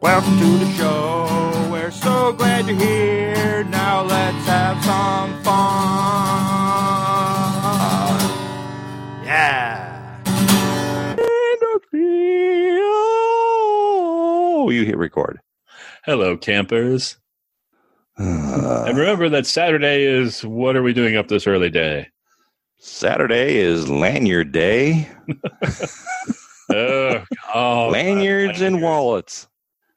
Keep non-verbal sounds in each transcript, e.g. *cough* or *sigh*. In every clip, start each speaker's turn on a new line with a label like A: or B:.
A: Welcome to the show. We're so glad you're here. Now let's have some fun. Yeah.
B: Oh, you hit
A: *sighs*
B: record. *sighs*
C: Hello, campers.
B: Uh,
C: And remember that Saturday is what are we doing up this early day?
B: Saturday is lanyard day. *laughs*
C: Oh, oh,
B: Lanyards and
C: wall.
B: wallets.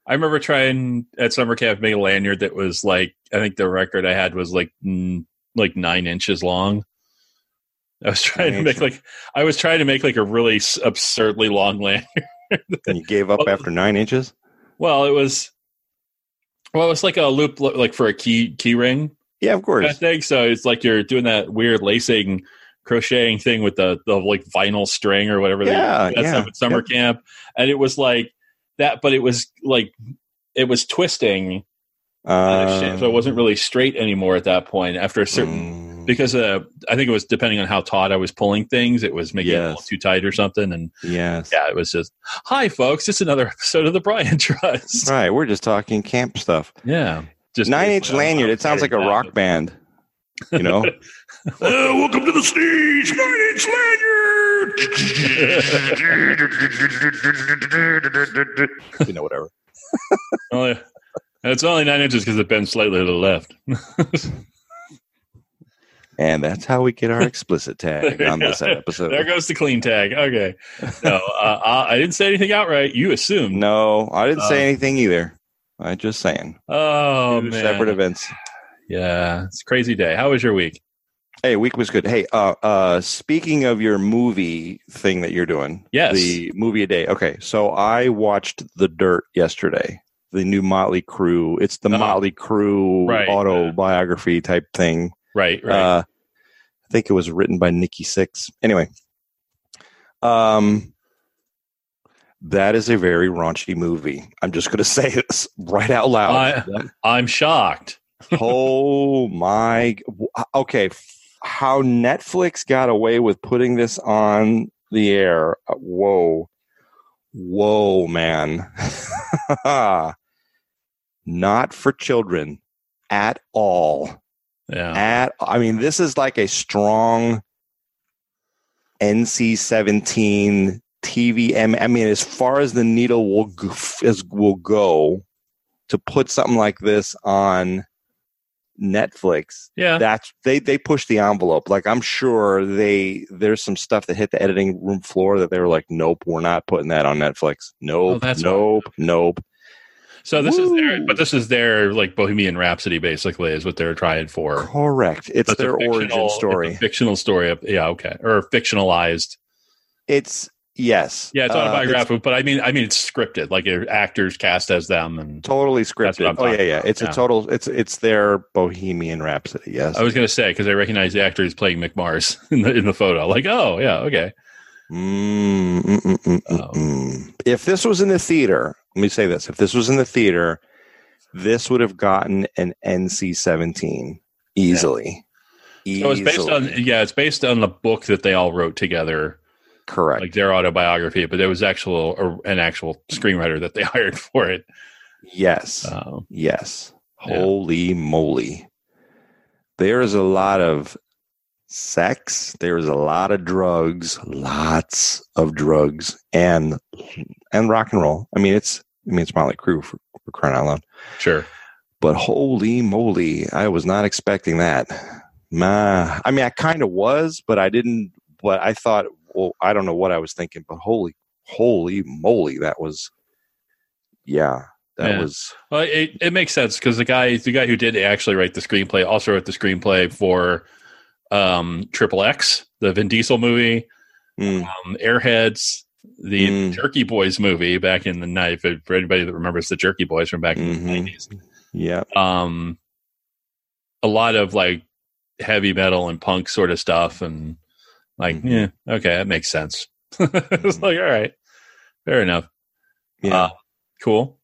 C: I remember trying at summer camp to make a lanyard that was like I think the record I had was like mm, like nine inches long. I was *laughs* trying to
B: Nine
C: make like I was trying to make like a really s- absurdly long lanyard. *laughs*
B: And you gave
A: *laughs*
B: up
C: Well-
B: after nine inches?
C: Well, it was well, it's like a loop lo- like for a key key ring
B: Yeah, of
C: kind of
A: *laughs*
B: course.
C: thing. So it's like you're doing that weird lacing crocheting thing with the the like vinyl string or whatever.
B: Yeah,
C: they, that's
B: yeah,
C: at summer camp, and it was like that, but it was like it was twisting
B: Uh,
C: kind of shape, so it
B: Um,
C: wasn't really straight anymore at that point. After a certain,
B: Mm,
C: because uh, I think it was depending on how taut I was pulling things, it was making it a little
B: Yes.
C: too tight or something. And
B: yes.
C: yeah, it was just, hi folks, it's another *laughs* episode of the Brian Trust.
B: Right. We're just talking camp stuff.
C: Yeah, just
B: nine inch
C: basically, I'm-
B: lanyard.
C: I'm
B: It sounds like a
C: excited
B: rock
C: now.
B: band. You know?
C: *laughs* Uh, welcome to the stage, nine inch lanyard.
B: you know, whatever.
C: *laughs* only, and it's only nine inches because it bends slightly to the left.
B: And that's how we get our explicit tag on this
C: There
B: episode.
C: goes the clean tag. Okay, no, uh, I, I didn't say anything outright. You assumed.
B: No, I didn't say anything either. I'm just saying.
C: Um, Oh
B: Two
C: man.
B: separate events.
C: Yeah, it's a crazy day. How was your week?
B: Hey, week was good. Hey, uh, uh, speaking of your movie thing that you're doing,
C: Yes.
B: the movie a day. Okay, so I watched The Dirt yesterday, the new Motley Crue. It's the
C: Uh-huh.
B: Motley Crue
C: Right,
B: autobiography type thing.
C: Right, right.
B: Uh, I think it was written by Nikki Six. Anyway, um, that is a very raunchy movie. I'm just going to *laughs* say this right out loud.
C: I'm shocked.
B: *laughs* oh my g- w- uh, okay f- how netflix got away with putting this on the air uh, whoa whoa man *laughs* not for children at all
C: Yeah.
B: at i mean this is like a strong nc-17 tvm i mean as far as the needle will go, as will go to put something like this on netflix
C: Yeah.
B: that's they they push the envelope like i'm sure they there's some stuff that hit the editing room floor that they were like nope we're not putting that on netflix nope
C: Oh, that's why.
B: nope nope
C: so this is their
B: Woo.
C: but this is their like Bohemian Rhapsody basically is what they're trying for.
B: correct it's
C: That's a
B: their
C: fictional- *laughs*
B: origin
C: it's a
B: story
C: fictional story. Of, yeah, okay. Or fictionalized.
B: It's yes.
C: Yeah, it's
B: Uh,
C: autobiographical, but I mean I mean it's scripted. Like uh, actors cast as them and
B: totally
C: That's what
B: scripted.
C: I'm
B: Oh yeah,
C: talking
B: yeah.
C: about,
B: It's
C: yeah.
B: a total. It's it's their Bohemian Rhapsody. Yes.
C: I was gonna say because I recognize the actor who's playing McMars *laughs* in the in the photo. Like, oh yeah, okay.
B: Mm, mm, mm, mm, mm,
C: Oh.
B: mm. If this was in the theater, let me say this: if this was in the theater, this would have gotten an NC-17 easily.
C: So it's based on
B: Easily.
C: yeah, it's based on the book that they all wrote together
B: correct.
C: like their autobiography, but there was actual or an actual screenwriter that they *laughs* hired for it.
B: yes.
C: Um,
B: Yes.
C: Yeah.
B: Holy moly. There is a lot of sex, there is a lot of drugs, lots of drugs and and rock and roll. I mean it's I mean it's Motley Crue for, for crying out loud.
C: sure.
B: But holy moly, I was not expecting that. My, I mean I kind of was, but I didn't but I thought well I don't know what I was thinking, but holy holy moly, that was yeah, that
C: Yeah.
B: was
C: Well, it, it makes sense because the guy the guy who did actually write the screenplay also wrote the screenplay for um Triple X, the Vin Diesel movie,
B: mm.
C: um, Airheads, the
B: Mm.
C: Jerky Boys movie back in the night. if- For anybody that remembers the Jerky Boys from back in
B: Mhm.
C: the nineties,
B: Yeah.
C: um, a lot of like heavy metal and punk sort of stuff, and like
B: Mhm.
C: yeah, okay, that makes sense. *laughs* it's
B: Mm-hmm.
C: like all right, fair enough,
B: Yeah.
C: Uh, cool.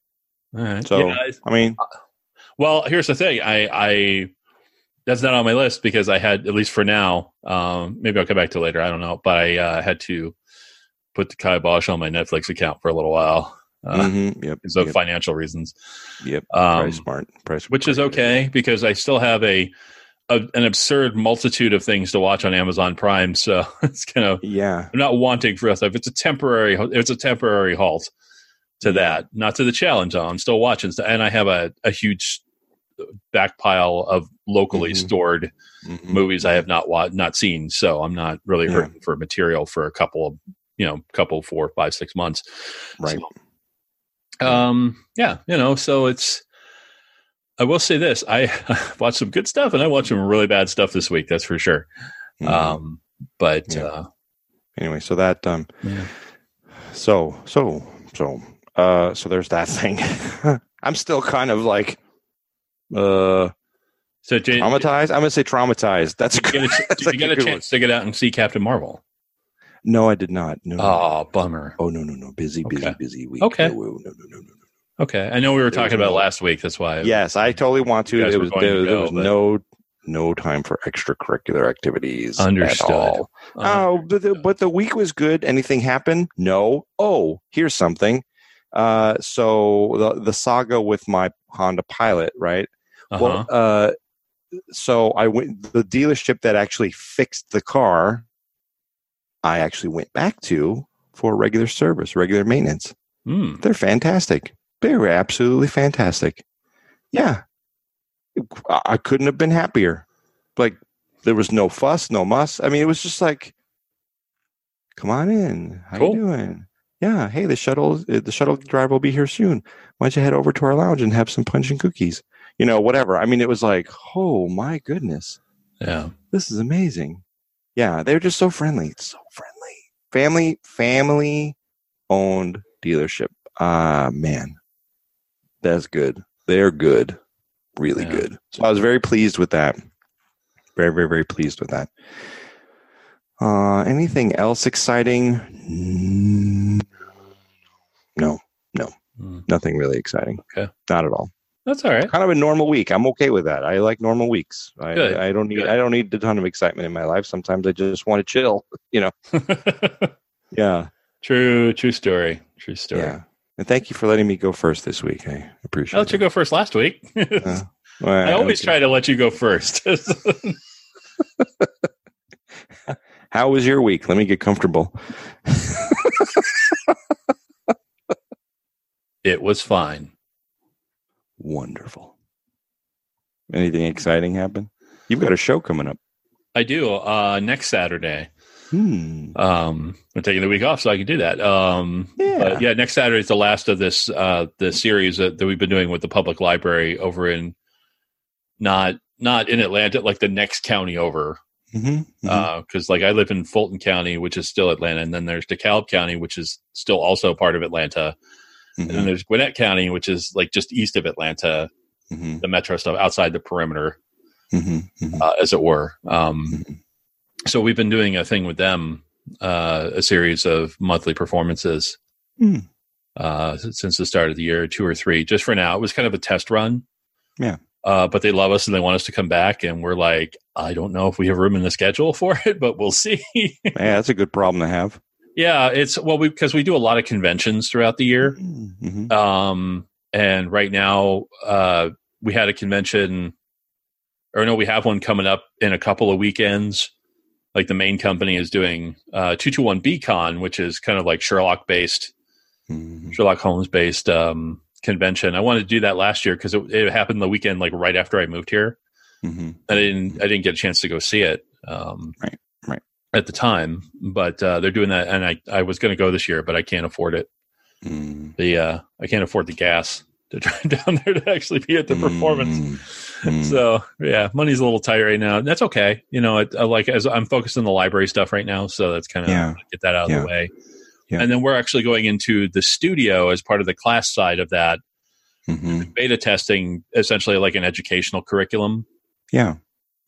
C: All right,
B: So-
C: Yeah, I-
B: I mean,
C: Well, here's the thing. I, I that's not on my list because I had at least for now. Um, maybe I'll come back to it later. I don't know, but I uh, had to put the kibosh on my Netflix account for a little while. uh,
B: Mhm. Yep.
C: because of
B: yep.
C: financial reasons.
B: Yep.
C: Um,
B: price smart. Price.
C: which is okay because I still have a, a an absurd multitude of things to watch on Amazon Prime. So *laughs* it's kind of
B: Yeah.
C: I'm not wanting for us. If it's a temporary, it's a temporary halt to that, not to the challenge. though. I'm still watching, and I have a a huge back pile of locally
B: Mhm.
C: stored
B: Mhm.
C: movies I have not wa- not seen, so I'm not really
B: Yeah.
C: hurting for material for a couple of you know couple four five six months.
B: Right.
C: So, um. Yeah. You know. So it's. I will say this: I *laughs* watched some good stuff, and I watched some really bad stuff this week. That's for sure.
B: Mhm.
C: Um. But
B: Yeah.
C: uh,
B: anyway, so that um,
C: Yeah.
B: so so so uh, so there's that *laughs* thing. I'm still kind of like uh
C: so Jay, did
B: traumatized. I'm gonna say traumatized. That's a
C: you
B: good.
C: get a,
B: that's
C: did you
B: a
C: get a
B: good one.
C: chance to get out and see Captain Marvel?
B: No, I did not. No. no, no.
C: Oh, bummer.
B: Oh no no no! Busy busy
C: Okay.
B: busy week.
C: Okay.
B: No, no no no no. no.
C: Okay, I know we were
B: There was
C: talking about
B: no-
C: last week. That's why.
B: Yes, I totally want to.
C: You guys
B: There
C: were
B: was
C: going
B: there,
C: to
B: there
C: go,
B: was
C: but-
B: no no time for extracurricular activities. at
C: Understood.
B: all.
C: Uh,
B: oh, but the, but the week was good. Anything happen? No. Oh, here's something. Uh, so the the saga with my Honda Pilot, right?
C: uh-huh.
B: Well, uh, so I went the dealership that actually fixed the car. I actually went back to for regular service, regular maintenance.
C: Hmm.
B: They're fantastic. They were absolutely fantastic. Yeah. I I couldn't have been happier. Like, there was no fuss, no muss. I mean, it was just like, come on in. How
C: Cool.
B: you doing? Yeah. Hey, the shuttle, uh, the shuttle driver will be here soon. Why don't you head over to our lounge and have some punch and cookies? You know, whatever. I mean, it was like, oh my goodness,
C: Yeah.
B: this is amazing. Yeah. They're just so friendly. So friendly. Family, family owned dealership. Ah, man, that's good. They're good, really
C: Yeah.
B: good. So I was very pleased with that. Very, very, very pleased with that. Uh, anything else exciting? Mm, No,
C: Hmm.
B: nothing really exciting.
C: Okay.
B: Not at all.
C: That's all right. *laughs*
B: Kind of a normal week. I'm okay with that. I like normal weeks. I,
C: Good.
B: I don't need.
C: Good.
B: I don't need a ton of excitement in my life. Sometimes I just want to chill. *laughs* You know. Yeah.
C: true, true story. True story.
B: Yeah. And thank you for letting me go first this week. I appreciate
C: I let you
B: it.
C: go first last week.
B: Uh, Well,
C: I always
B: okay.
C: try to let you go first. *laughs*
B: How was your week? Let me get comfortable.
C: it was fine.
B: Wonderful. Anything exciting happen? You've got a show coming up.
C: I do. Uh, next Saturday,
B: Hmm.
C: um, I'm taking the week off so I can do that. Um,
B: Yeah.
C: but yeah, next Saturday is the last of this uh, the series that, that we've been doing with the public library over in not not in Atlanta, like the next county over,
B: Mm-hmm.
C: because like I live in Fulton County, which is still Atlanta, and then there's DeKalb County, which is still also part of Atlanta, and
B: Mm-hmm.
C: then there's Gwinnett County, which is like just east of Atlanta,
B: Mm-hmm.
C: the metro stuff outside the perimeter, uh, as it were. Um,
B: Mm-hmm.
C: so we've been doing a thing with them, uh, a series of monthly performances
B: Hmm.
C: uh, s- since the start of the year, two or three, just for now. It was kind of a test run.
B: Yeah.
C: Uh, but they love us and they want us to come back, and we're like, I don't know if we have room in the schedule *laughs* for it, but we'll see. *laughs*
B: Yeah, that's a good problem to have.
C: yeah, it's well, we because we do a lot of conventions throughout the year.
B: Mm-hmm.
C: Um, and right now, uh, we had a convention, or no, we have one coming up in a couple of weekends. Like the main company is doing uh, 221B Con, which is kind of like Sherlock based,
B: Mm-hmm.
C: Sherlock Holmes based um, convention. I wanted to do that last year because it, it happened the weekend, like right after I moved here.
B: Mm-hmm.
C: I didn't I didn't get a chance to go see it. Um,
B: Right, right.
C: At the time, but uh, they're doing that, and I I was going to go this year, but I can't afford it.
B: Mm-hmm.
C: The uh, I can't afford the gas to *laughs* drive down there to actually be at the performance.
B: Mm.
C: *laughs* So yeah, money's a little tight right now. That's okay. You know, it, I like as I'm focused on the library stuff right now, so that's kind of
B: Yeah.
C: get that out of
B: Yeah.
C: the way.
B: Yeah.
C: And then we're actually going into the studio as part of the class side of that
B: Mhm.
C: beta testing, essentially like an educational curriculum
B: Yeah.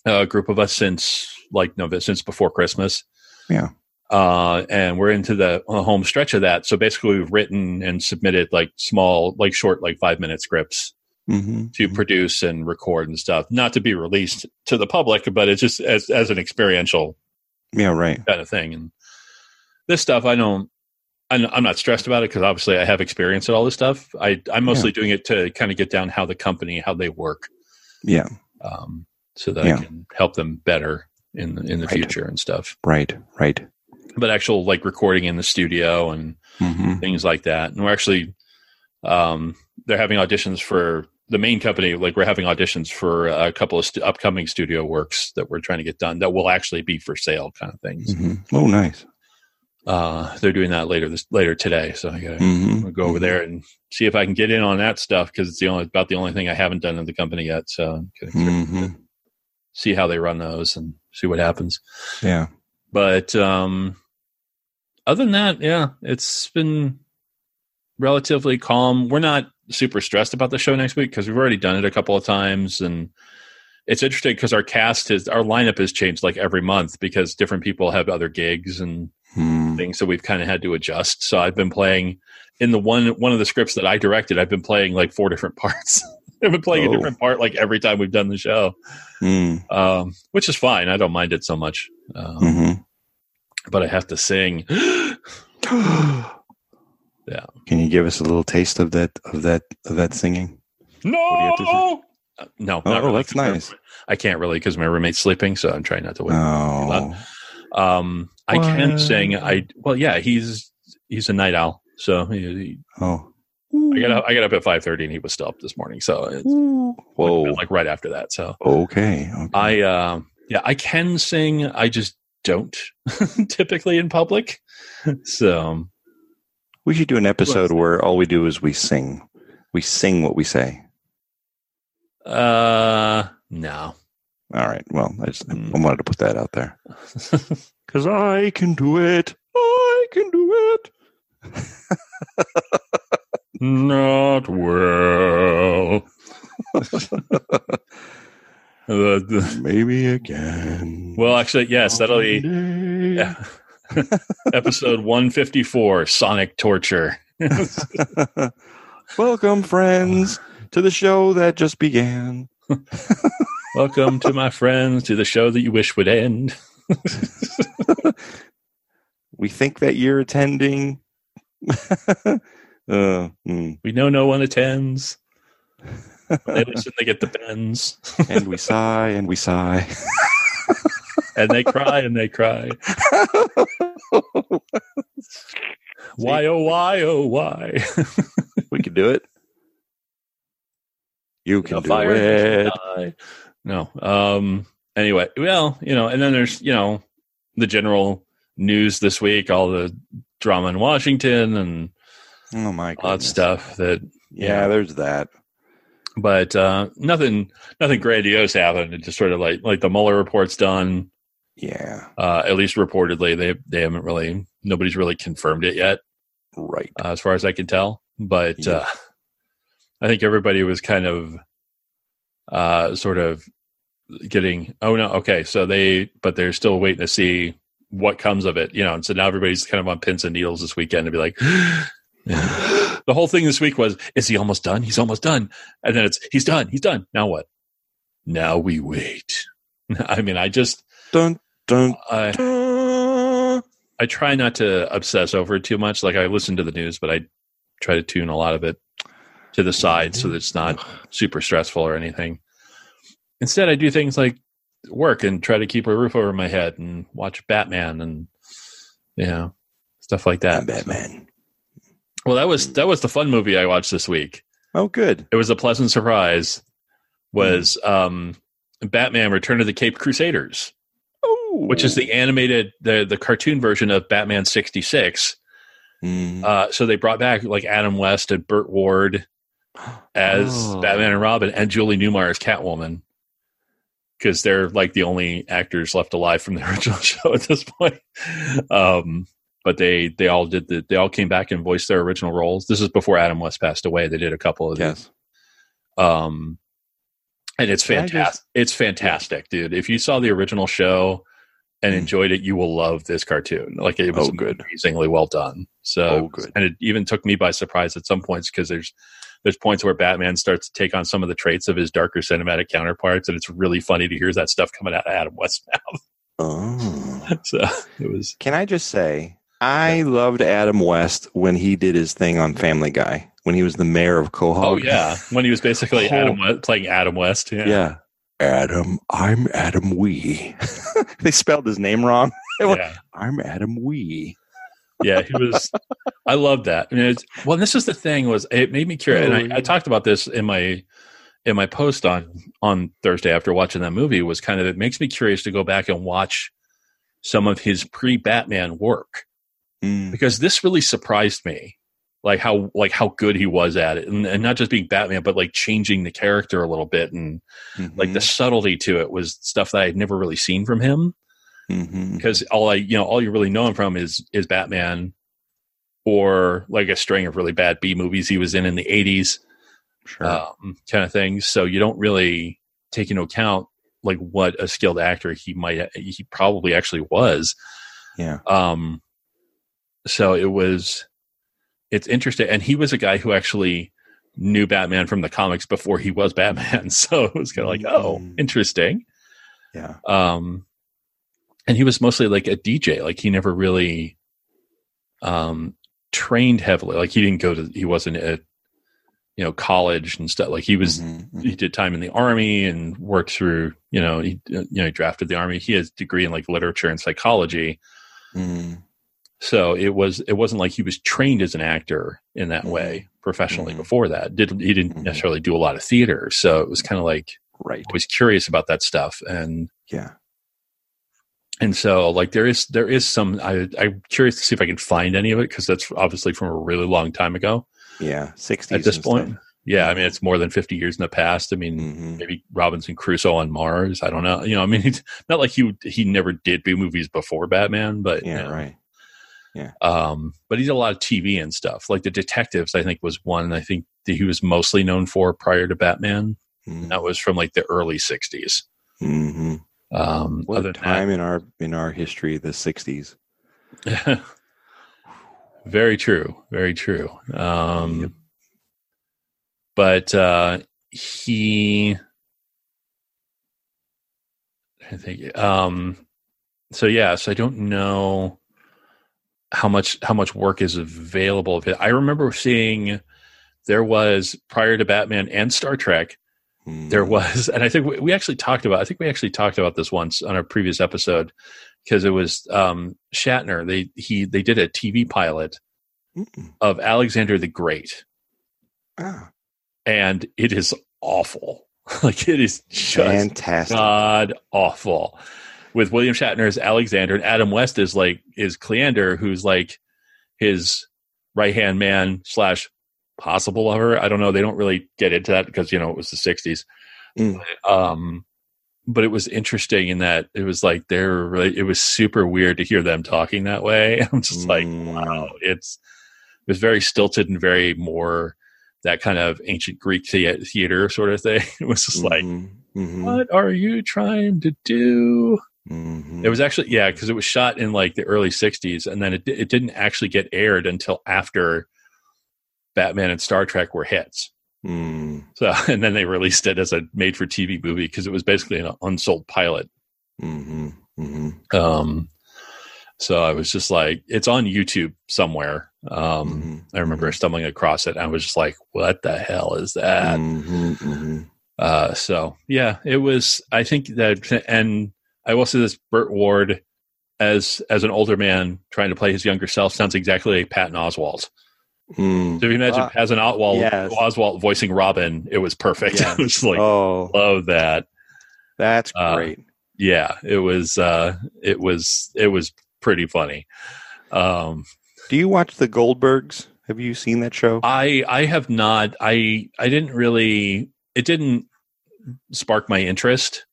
C: a group of us since like November, since before Christmas.
B: Yeah.
C: Uh, and we're into the uh, home stretch of that. So basically, we've written and submitted like small, like short, like five minute scripts
B: Mm-hmm.
C: to produce and record and stuff, not to be released to the public, but it's just as as an experiential
B: Yeah. Right.
C: kind of thing. And this stuff, I don't. I'm, I'm not stressed about it because obviously I have experience at all this stuff. I, I'm mostly doing it to kind of get down how the company, how they work,
B: Yeah.
C: um, so that
B: Yeah.
C: I can help them better in the, in the
B: Right.
C: future and stuff.
B: Right. Right.
C: But actual like recording in the studio and
B: hmm
C: things like that. And we're actually um, they're having auditions for the main company. Like we're having auditions for a couple of st- upcoming studio works that we're trying to get done that will actually be for sale, kind of things.
B: hmm Oh, nice.
C: Uh, they're doing that later this later today, so I gotta. I'm
B: hmm
C: gonna go over there and see if I can get in on that stuff because it's the only about the only thing I haven't done in the company yet. So I'm gonna
B: hmm
C: see how they run those and see what happens.
B: Yeah.
C: But um, other than that, yeah, it's been relatively calm. We're not super stressed about the show next week because we've already done it a couple of times, and it's interesting because our cast is our lineup has changed like every month because different people have other gigs and
B: Mm.
C: things that we've kind of had to adjust. So I've been playing in the one one of the scripts that I directed. I've been playing like four different *laughs* parts. I've been playing
B: Oh.
C: a different part like every time we've done the show,
B: Mm.
C: um, which is fine. I don't mind it so much, um,
B: Mhm.
C: but I have to sing. *gasps* Yeah.
B: Can you give us a little taste of that of that of that singing?
C: no, *laughs*
B: have to sing?
C: Uh, no,
B: Oh,
C: not really,
B: that's
C: 'cause my-
B: nice.
C: I can't really because my roommate's sleeping, so I'm trying not to wake.
B: Oh,
C: Um, I can
B: What?
C: sing. I well, yeah, he's he's a night owl, so he, he-
B: oh,
C: I got up, I got up at five thirty, and he was still up this morning. So it's
B: whoa.
C: like right after that. So
B: Okay. okay.
C: I uh, yeah, I can sing. I just don't *laughs* typically in public. So
B: we should do an episode
C: Well,
B: where all we do is we sing. We sing what we say.
C: uh no. *laughs*
B: All right. Well, I just
C: Mm.
B: I wanted to put that out there because I can do it. I can do it.
C: Not well. The- the-
B: *laughs* Maybe again.
C: well actually yes, that'll be
B: Someday.
C: yeah. *laughs* episode 154 Sonic Torture.
B: *laughs* Welcome, friends, to the show that just began.
C: Welcome to my friends to the show that you wish would end.
B: We think that you're attending. *laughs* uh, mm.
C: We know no one attends. When they listen, they get the bends.
B: and we sigh and we sigh.
C: and they cry and they cry. Why oh why oh why?
B: *laughs* we can do it. You can
C: The
B: do
C: fire
B: it.
C: that shall die. No. Um. Anyway, well, you know, and then there's you know the general news this week, all the drama in Washington and
B: Oh my god!
C: odd stuff that.
B: Yeah, there's that.
C: But uh, nothing, nothing grandiose happened. It just sort of like like the Mueller report's done.
B: Yeah,
C: Uh, at least reportedly, they they haven't really nobody's really confirmed it yet.
B: right.
C: uh, as far as I can tell. But
B: Yeah.
C: uh, I think everybody was kind of uh, sort of getting, oh no, okay, so they, but they're still waiting to see what comes of it, you know. And so now everybody's kind of on pins and needles this weekend to be like, *gasps* the whole thing this week was, is he almost done? He's almost done. And then it's, he's done, he's done. Now what? Now we wait. *laughs* I mean, I just,
B: Dun dun.
C: I,
B: dun.
C: I try not to obsess over it too much. Like I listen to the news, but I try to tune a lot of it to the side so that it's not super stressful or anything. Instead, I do things like work and try to keep a roof over my head and watch Batman and you know stuff like
B: I'm
C: that.
B: Batman.
C: Well, that was that was the fun movie I watched this week.
B: Oh, good.
C: It was a pleasant surprise. Was um, Batman: Return of the Cape Crusaders?
B: Oh,
C: which is the animated the the cartoon version of Batman '66.
B: Mm.
C: Uh, so they brought back like Adam West and Burt Ward as
B: Oh.
C: Batman and Robin, and Julie Newmar as Catwoman, because they're like the only actors left alive from the *laughs* original show at this point. Um, but they they all did the they all came back and voiced their original roles. This is before Adam West passed away. They did a couple of these.
B: yes.
C: Um, and it's
B: Can I
C: fantastic.
B: just-
C: it's fantastic, dude. If you saw the original show and
B: Mm.
C: enjoyed it, you will love this cartoon. Like it was
B: Oh, good.
C: amazingly well done. So,
B: Oh, good.
C: and it even took me by surprise at some points because there's there's points where Batman starts to take on some of the traits of his darker cinematic counterparts, and it's really funny to hear that stuff coming out of Adam West's mouth.
B: Oh.
C: *laughs* so it was
B: Can I just say, I loved Adam West when he did his thing on Family Guy when he was the mayor of Quahog.
C: Oh yeah, when he was basically
B: Oh.
C: Adam West, playing Adam West. Yeah.
B: yeah. Adam, I'm Adam Wee. *laughs* they spelled his name wrong.
C: yeah,
B: I'm Adam Wee.
C: yeah, he was. I love that. I mean, it's, well, this is the thing was it made me curious,
B: Oh,
C: and I,
B: yeah.
C: I talked about this in my in my post on on Thursday after watching that movie. Was kind of it makes me curious to go back and watch some of his pre Batman work
B: Mm.
C: because this really surprised me, like how like how good he was at it, and, and not just being Batman, but like changing the character a little bit and
B: Mm-hmm.
C: like the subtlety to it was stuff that I had never really seen from him.
B: Mhm.
C: because all I you know all you really know him from is is Batman or like a string of really bad B movies he was in in the eighties
B: Sure.
C: um, kind of things. So you don't really take into account like what a skilled actor he might he probably actually was.
B: yeah.
C: Um, so it was it's interesting, and he was a guy who actually knew Batman from the comics before he was Batman. *laughs* So it was kind of like oh
B: Mm.
C: interesting
B: Yeah.
C: um and he was mostly like a dj like he never really um trained heavily like he didn't go to he wasn't at you know college and stuff like he was
B: Mhm. Mhm.
C: he did time in the army and worked through you know he uh, you know he drafted the army he has a degree in like literature and psychology
B: Mm.
C: so it was it wasn't like he was trained as an actor in that
B: Mhm.
C: way professionally
B: Mhm.
C: before that did he didn't
B: Mhm.
C: necessarily do a lot of theater so it was kind of like
B: Right.
C: always curious about that stuff and
B: Yeah.
C: and so like there is there is some I, i'm curious to see if i can find any of it because that's obviously from a really long time ago
B: Yeah. 60s.
C: at this point yeah i mean it's more than 50 years in the past i mean
B: hmm
C: maybe robinson crusoe on mars i don't know you know i mean *laughs* it's not like he he never did b movies before batman but
B: Yeah,
C: you know,
B: Right.
C: um but he did a lot of tv and stuff like the detectives i think was one i think that he was mostly known for prior to batman
B: Hmm.
C: that was from like the early 60s
B: Mm-hmm.
C: um
B: What
C: other
B: a
C: than that-
B: time in our in our history, the 60s.
C: *laughs* very true. Very true. Um, But uh, he, I think. Um, so yeah. So I don't know how much how much work is available. of it. I remember seeing there was prior to Batman and Star Trek
B: Mm.
C: there was and i think we, we actually talked about i think we actually talked about this once on a previous episode because it was um shatner they he they did a tv pilot
B: Mm.
C: of alexander the great
B: Ah,
C: and it is awful *laughs* like it is just
B: fantastic.
C: god awful with william shatner as alexander and adam west is like is cleander who's like his right hand man slash possible lover i don't know they don't really get into that because you know it was the 60s
B: Mm.
C: um but it was interesting in that it was like they're really, it was super weird to hear them talking that way *laughs* i'm just like
B: Mm.
C: wow it's it was very stilted and very more that kind of ancient greek thea- theater sort of thing *laughs* it was just like
B: Mhm. Mhm.
C: what are you trying to do
B: Mhm.
C: it was actually yeah because it was shot in like the early 60s and then it, di- it didn't actually get aired until after batman and star trek were hits
B: Mm.
C: so, *laughs* and then they released it as a made for TV movie because it was basically an unsold pilot.
B: Mhm. Mhm.
C: Um, so I was just like, it's on YouTube somewhere.
B: Mhm.
C: Um, I remember stumbling across it. And I was just like, what the hell is that?
B: Mhm. Mhm.
C: Uh, so yeah, it was, I think that, and I will say this, Burt Ward as, as an older man trying to play his younger self sounds exactly like Patton Oswald.
B: Mm.
C: So if you imagine
B: Ah,
C: Patton Oswald,
B: yes.
C: Oswald voicing Robin, it was perfect. *laughs*
B: Yes.
C: I was like,
B: oh,
C: love that.
B: that's
C: uh,
B: great.
C: yeah it was uh it was it was pretty funny um
B: Do you watch the Goldbergs? Have you seen that show?
C: i i have not i i didn't really it didn't spark my interest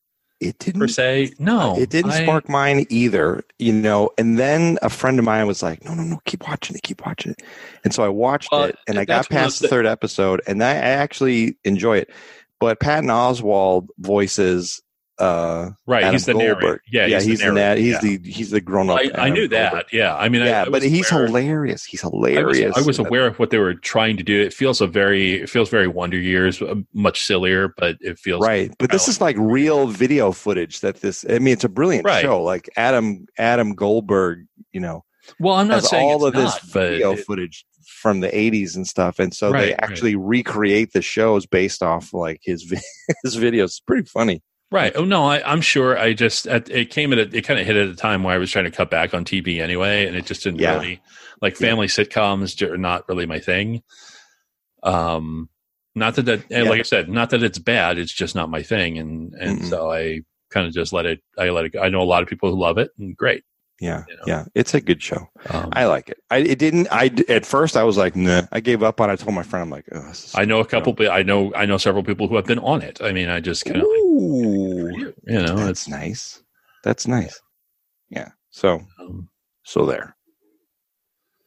B: it
C: per
B: didn't.
C: se no
B: Hmm. it didn't
C: Oh, I-
B: spark mine either, you know. And then a friend of mine was like, "No, no, no, keep watching it, keep watching it." And so I watched
C: Well,
B: it, and I
C: that's
B: got
C: one of
B: past the
C: the-
B: third episode, and I, I actually enjoy it. But Patton Oswald voices uh,
C: right
B: Adam
C: he's the
B: Goldberg.
C: narrator yeah,
B: yeah, he's, the na-
C: narrator,
B: he's
C: yeah.
B: the he's the grown up.
C: I, I knew that yeah i mean I-
B: yeah,
C: I,
B: but
C: was
B: he's
C: aware-
B: hilarious. He's
C: I was,
B: hilarious.
C: I was aware of what they were trying to do. It feels a very, it feels very Wonder Years, uh, much sillier, but it feels
B: right but this
C: Island.
B: is like real video footage that this i mean it's a brilliant
C: Right.
B: show like adam adam goldberg you know
C: Well, I'm not
B: has
C: saying
B: all
C: it's
B: of this
C: not, but
B: video
C: it-
B: footage from the 80s and stuff and so
C: Right,
B: they
C: right.
B: actually recreate the shows based off like his vi- *laughs* his videos it's pretty funny
C: right. Oh no, I, I'm sure. I just at, it came at a, it kind of hit at a time where I was trying to cut back on TV anyway, and it just didn't
B: Yeah.
C: really like
B: Yeah.
C: family sitcoms j- are not really my thing. Um, not that that and
B: Yeah.
C: like I said, not that it's bad. It's just not my thing, and and
B: Mm-mm.
C: so I kind of just let it. I let it. go. I know a lot of people who love it, and great.
B: yeah
C: You know.
B: yeah it's a good show
C: Um, I,
B: i like it i it didn't i d- at first i was like nah i gave up on it i told my friend i'm like oh, this *laughs* is-
C: know a couple. but I know I know several people who have been on it. I mean, I just kind of like,
B: Ooh,
C: you you know,
B: that's
C: it's
B: nice that's nice yeah so
C: um,
B: so there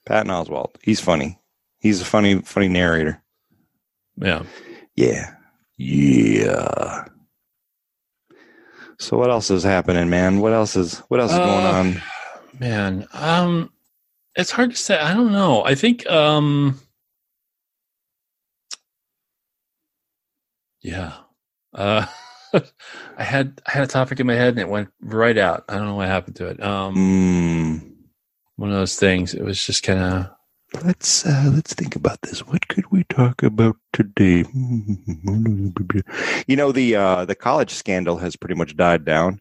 B: patton oswald he's funny he's a funny funny narrator
C: yeah.
B: Yeah. Yeah. So what else is happening, man? What else is what else is going
C: Uh,
B: on?
C: man um it's hard to say i don't know i think um yeah uh *laughs* i had i had a topic in my head and it went right out i don't know what happened to it um
B: Mm,
C: one of those things it was just kind of
B: let's uh, let's think about this. What could we talk about today? You know the uh, the college scandal has pretty much died down.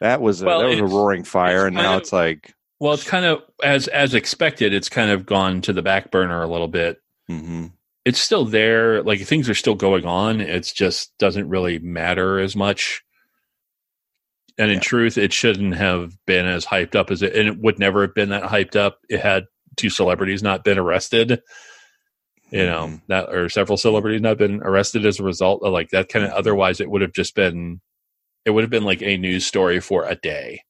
B: That was a,
C: Well,
B: that was a
C: it's-
B: roaring fire,
C: it's
B: and
C: kind
B: now
C: of-
B: it's like
C: well it's kind of as as expected it's kind of gone to the back burner a little bit
B: hmm
C: it's still there like things are still going on it's just doesn't really matter as much and in
B: Yeah.
C: truth it shouldn't have been as hyped up as it and it would never have been that hyped up it had two celebrities not been arrested you know
B: Mhm.
C: that or several celebrities not been arrested as a result of like that kind of otherwise it would have just been it would have been like a news story for a day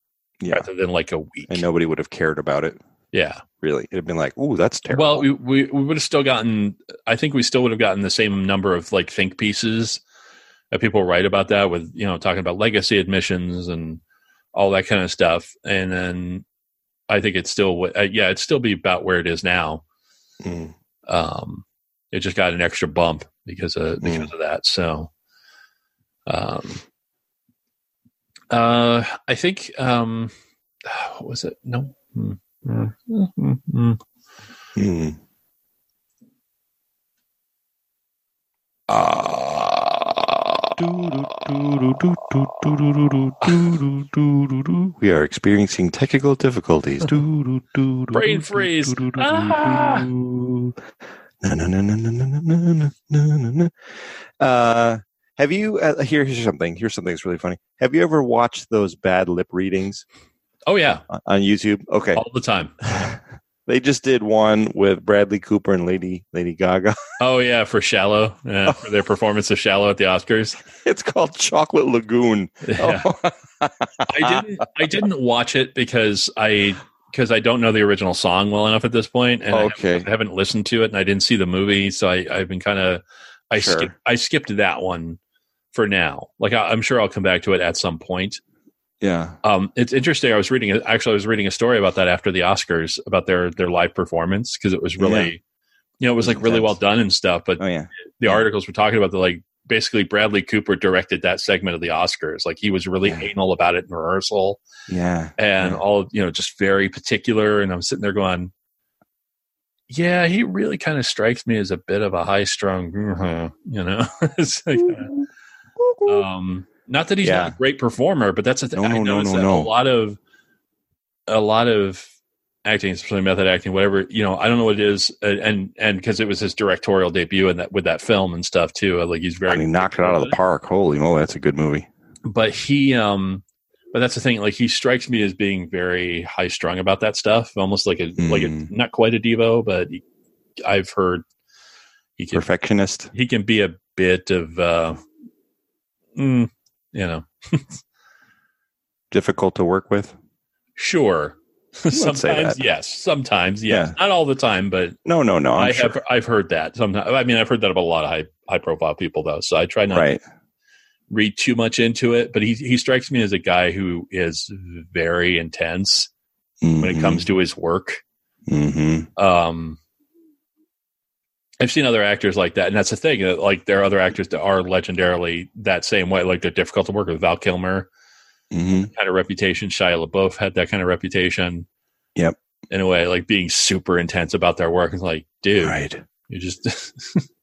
B: yeah,
C: rather than like a week
B: and nobody would have cared about it.
C: yeah
B: Really, it'd have been like, "Ooh, that's terrible."
C: Well, we, we we would have still gotten. I think we still would have gotten the same number of like think pieces that people write about that with you know talking about legacy admissions and all that kind of stuff. And then I think it still would. Uh, yeah, it'd still be about where it is now.
B: Mm.
C: Um, it just got an extra bump because of because
B: Mm.
C: of that. So, um, uh, I think um, *sighs* what was it? No. Mm, mm, mm, mm, mm.
B: Mm.
C: Ah.
B: We are experiencing technical difficulties. Brain
C: freeze. Ah.
B: Uh, have you uh, here? Here's something. Here's something that's really funny. Have you ever watched those bad lip readings
C: Oh yeah,
B: on- on YouTube? Okay,
C: all the time.
B: *laughs* they just did one with Bradley Cooper and Lady Lady Gaga. *laughs*
C: Oh yeah, for Shallow,
B: Oh.
C: yeah, for their performance of Shallow at the Oscars.
B: It's called Chocolate Lagoon.
C: Yeah.
B: *laughs* Oh.
C: I didn't. I didn't watch it because I because I don't know the original song well enough at this point, and I haven't- I
B: okay.
C: haven't, listened to it, and I didn't see the movie, so I, I've been kind of I
B: Sure.
C: skipped I skipped that one for now. Like I, I'm sure I'll come back to it at some point.
B: Yeah.
C: Um, it's interesting. I was reading actually I was reading a story about that after the Oscars about their their live performance because it was really. You know, it was like really well
B: Intense.
C: done and stuff, but
B: Oh yeah.
C: the
B: Yeah.
C: articles were talking about the like basically Bradley Cooper directed that segment of the Oscars. Like he was really
B: Yeah.
C: anal about it in rehearsal
B: Yeah.
C: and
B: Yeah.
C: all you know, just very particular. And I'm sitting there going, Yeah, he really kind of strikes me as a bit of a high strung, you know. *laughs* it's like,
B: Hmm.
C: uh, um not that he's
B: Yeah.
C: not a great performer, but that's a thing
B: No,
C: I
B: no, no,
C: noticed
B: no,
C: that
B: no.
C: a lot of a lot of acting, especially method acting, whatever you know. I don't know what it is, uh, and and because it was his directorial debut and that with that film and stuff too. uh, Like he's very
B: And he knocked it out of the park. Holy moly, that's a good movie.
C: but he um but that's the thing like he strikes me as being very high strung about that stuff almost like a like a
B: Mm.
C: not quite a devo but he, i've heard he can
B: Perfectionist.
C: he can be a bit of uh mm, you know
B: Difficult to work with.
C: sure
B: wouldn't say
C: sometimes
B: that.
C: yes sometimes yes
B: Yeah.
C: not all the time but
B: No, no, no.
C: i
B: I'm sure.
C: have i've heard that sometimes i mean i've heard that of a lot of high high profile people though so i try not
B: right.
C: read too much into it but he he strikes me as a guy who is very intense when
B: Mm-hmm.
C: it comes to his work.
B: hmm
C: Um, I've seen other actors like that, and that's the thing. uh, Like there are other actors that are legendarily that same way. Like they're difficult to work with. Val Kilmer
B: hmm
C: had a reputation. Shia LaBeouf had that kind of reputation.
B: Yep.
C: in a way, like being super intense about their work. It's like, dude,
B: Right.
C: you just,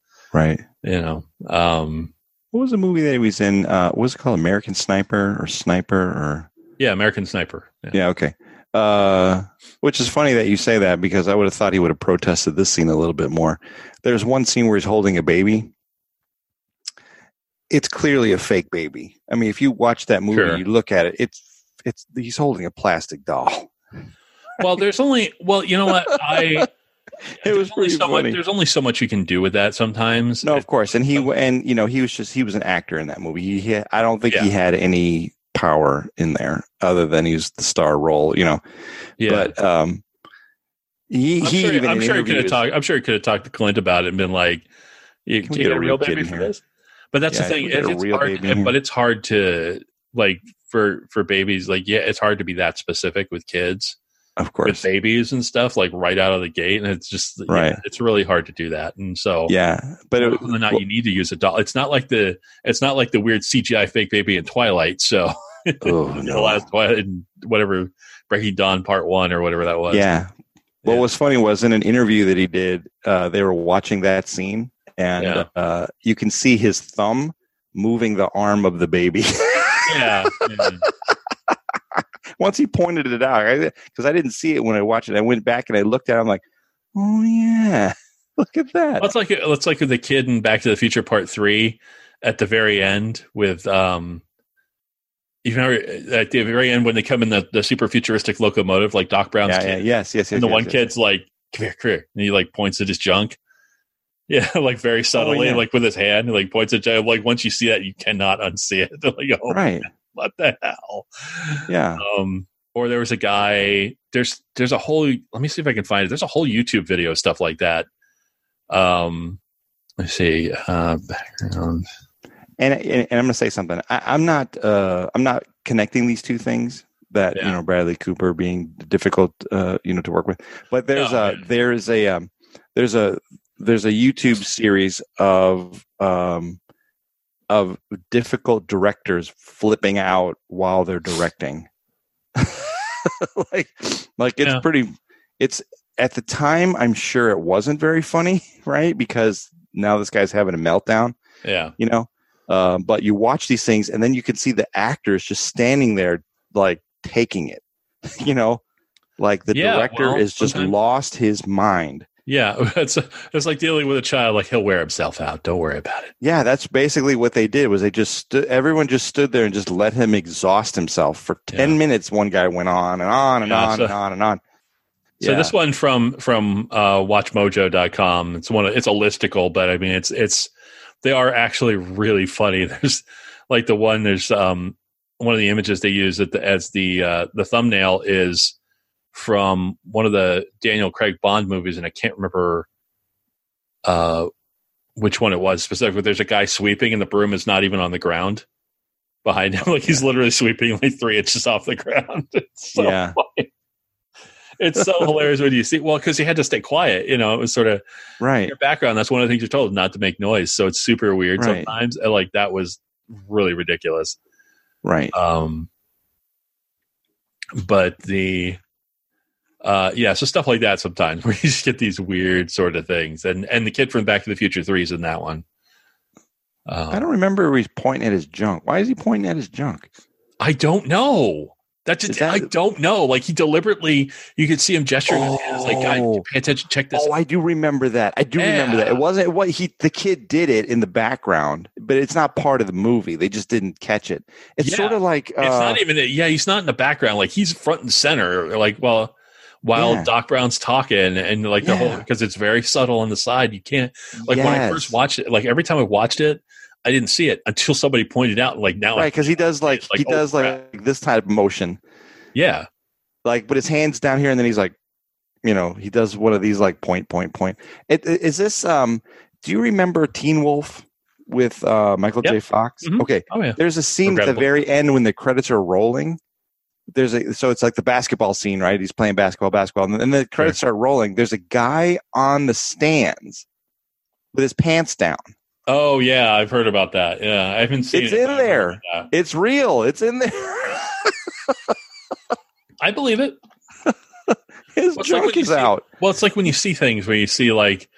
C: *laughs*
B: Right.
C: you know, um,
B: What was the movie that he was in? Uh, what was it called? American Sniper or Sniper or
C: yeah, American Sniper. Yeah.
B: yeah, okay. Uh, which is funny that you say that because I would have thought he would have protested this scene a little bit more. There's one scene where he's holding a baby. It's clearly a fake baby. I mean, if you watch that movie,
C: Sure.
B: you look at it. It's it's he's holding a plastic doll. *laughs*
C: Well, there's only, well, you know what? I,
B: It was
C: there's only
B: pretty
C: so much,
B: funny.
C: there's only so much you can do with that sometimes.
B: No, of course,
C: *laughs*
B: and he and you know he was just he was an actor in that movie. He, he I don't think he had any power in there other than he was the star role. You know,
C: yeah.
B: but um, he
C: I'm
B: he
C: sure,
B: even
C: I'm
B: in
C: sure he could have
B: interviews-
C: talked. I'm sure he could have talked to Clint about it and been like, "You
B: Can we
C: take
B: get
C: a
B: a real
C: real
B: kid
C: baby
B: in
C: for
B: here?
C: this." But that's
B: Yeah,
C: the
B: can
C: thing.
B: we get
C: it-
B: a
C: it's
B: real
C: hard,
B: baby in here?
C: but it's hard to like for for babies. Like, yeah, it's hard to be that specific with kids,
B: Of
C: with
B: course,
C: babies and stuff. Like right out of the gate, and it's just yeah,
B: Right.
C: it's really hard to do that, and so
B: yeah, but
C: Whether
B: it,
C: or not you need to use a doll. It's not like the it's not like the weird CGI fake baby in Twilight. So *laughs*
B: oh
C: the
B: no,
C: last Twilight, whatever Breaking Dawn Part One or whatever that was.
B: yeah. What was funny was in an interview that he did, uh, they were watching that scene, and
C: Yeah.
B: uh, you can see his thumb moving the arm of the baby. *laughs*
C: yeah, yeah.
B: once he pointed it out, because I, didn't see it when I watched it. I went back and I looked at it. I'm like, oh yeah, *laughs* look at that.
C: That's like that's like the kid in Back to the Future Part Three at the very end with um. You remember at the very end when they come in the, the super futuristic locomotive, like Doc Brown's
B: Yeah,
C: kid,
B: yeah, yes, yes, yes.
C: and the
B: yes,
C: one
B: yes.
C: kid's like, "Come here, come here," and he like points at his junk. *laughs* Yeah, like very subtly,
B: Oh, yeah.
C: like with his hand, he, like points at junk. Like once you see that, you cannot unsee it. *laughs* like, oh,
B: Right.
C: what the hell?
B: Yeah.
C: um or there was a guy there's there's a whole let me see if i can find it there's a whole youtube video of stuff like that um let's see uh background
B: and, and, and I'm going to say something. I, I'm not uh, I'm not connecting these two things that
C: Yeah.
B: you know Bradley Cooper being difficult uh, you know to work with, but there's
C: No,
B: a there is a um, there's a there's a YouTube series of um, of difficult directors flipping out while they're directing. *laughs* like like it's
C: Yeah.
B: pretty it's at the time I'm sure it wasn't very funny, *laughs* right? Because now this guy's having a meltdown
C: yeah
B: you know um, but you watch these things and then you can see the actors just standing there like taking it *laughs* you know like the
C: Yeah,
B: director
C: well,
B: is just
C: sometimes-
B: lost his mind
C: yeah *laughs* it's it's like dealing with a child like he'll wear himself out don't worry about it
B: yeah that's basically what they did was they just stood everyone just stood there and just let him exhaust himself for 10
C: Yeah.
B: minutes one guy went on and on and
C: Yeah,
B: on
C: so-
B: and on and on
C: so
B: Yeah.
C: this one from from uh watchmojo.com it's one of- it's a listicle but i mean it's it's they are actually really funny *laughs* there's like the one there's um one of the images they use at the, as the uh the thumbnail is from one of the Daniel Craig Bond movies, and I can't remember uh, which one it was specifically. There's a guy sweeping, and the broom is not even on the ground behind him. *laughs* Like he's literally sweeping like three inches off the *laughs* ground. It's so
B: Yeah.
C: funny. It's so hilarious when you see. Well, because he had to stay quiet. You know, it was sort of
B: right
C: your background. That's one of the things you're told not to make noise. So it's super weird
B: Right.
C: sometimes. And like that was really ridiculous.
B: right
C: Um, but the uh, yeah, so stuff like that sometimes *laughs* where you just get these weird sort of things, and and the kid from Back to the Future Three is in that one. Um,
B: i don't remember he's pointing at his junk why is he pointing at his junk
C: I don't know. That
B: Is
C: just,
B: that-
C: I don't know. Like he deliberately, you could see him gesturing. with his hands, like,
B: Oh.
C: guys, pay attention, check this.
B: Oh, I do remember that. I do remember that.
C: Yeah.
B: It wasn't what he the kid did it in the background, but it's not part of the movie. They just didn't catch it. It's
C: Yeah.
B: sort of like uh,
C: it's not even. Yeah, he's not in the background. Like he's front and center. Like well, while
B: Yeah.
C: Doc Brown's talking, and like the whole
B: Yeah.
C: because it's very subtle on the side. You can't Like when I first
B: yes.
C: watched it, like every time I watched it, I didn't see it until somebody pointed out. Like now, I-
B: right? Because he does like,
C: like,
B: he
C: oh,
B: does
C: crap.
B: like this type of motion,
C: yeah,
B: like but his hands down here, and then he's like, you know, he does one of these like point, point, point. It, it- is this? Um, do you remember Teen Wolf with uh, Michael J.
C: Yep.
B: Fox?
C: Mhm.
B: Okay,
C: oh yeah,
B: There's a scene at the
C: Regrettable.
B: very end when the credits are rolling. There's a so it's like the basketball scene, right? He's playing basketball, basketball, and then the credits are rolling. There's a guy on the stands with his pants down.
C: oh yeah. I've heard about that. Yeah, I haven't seen.
B: It's
C: it,
B: in
C: but I've heard
B: there.
C: about that.
B: It's real. It's in there.
C: I believe it.
B: *laughs* His
C: Well, it's like
B: junk
C: when you
B: is
C: see-
B: out.
C: Well, it's like when you see things where you see like,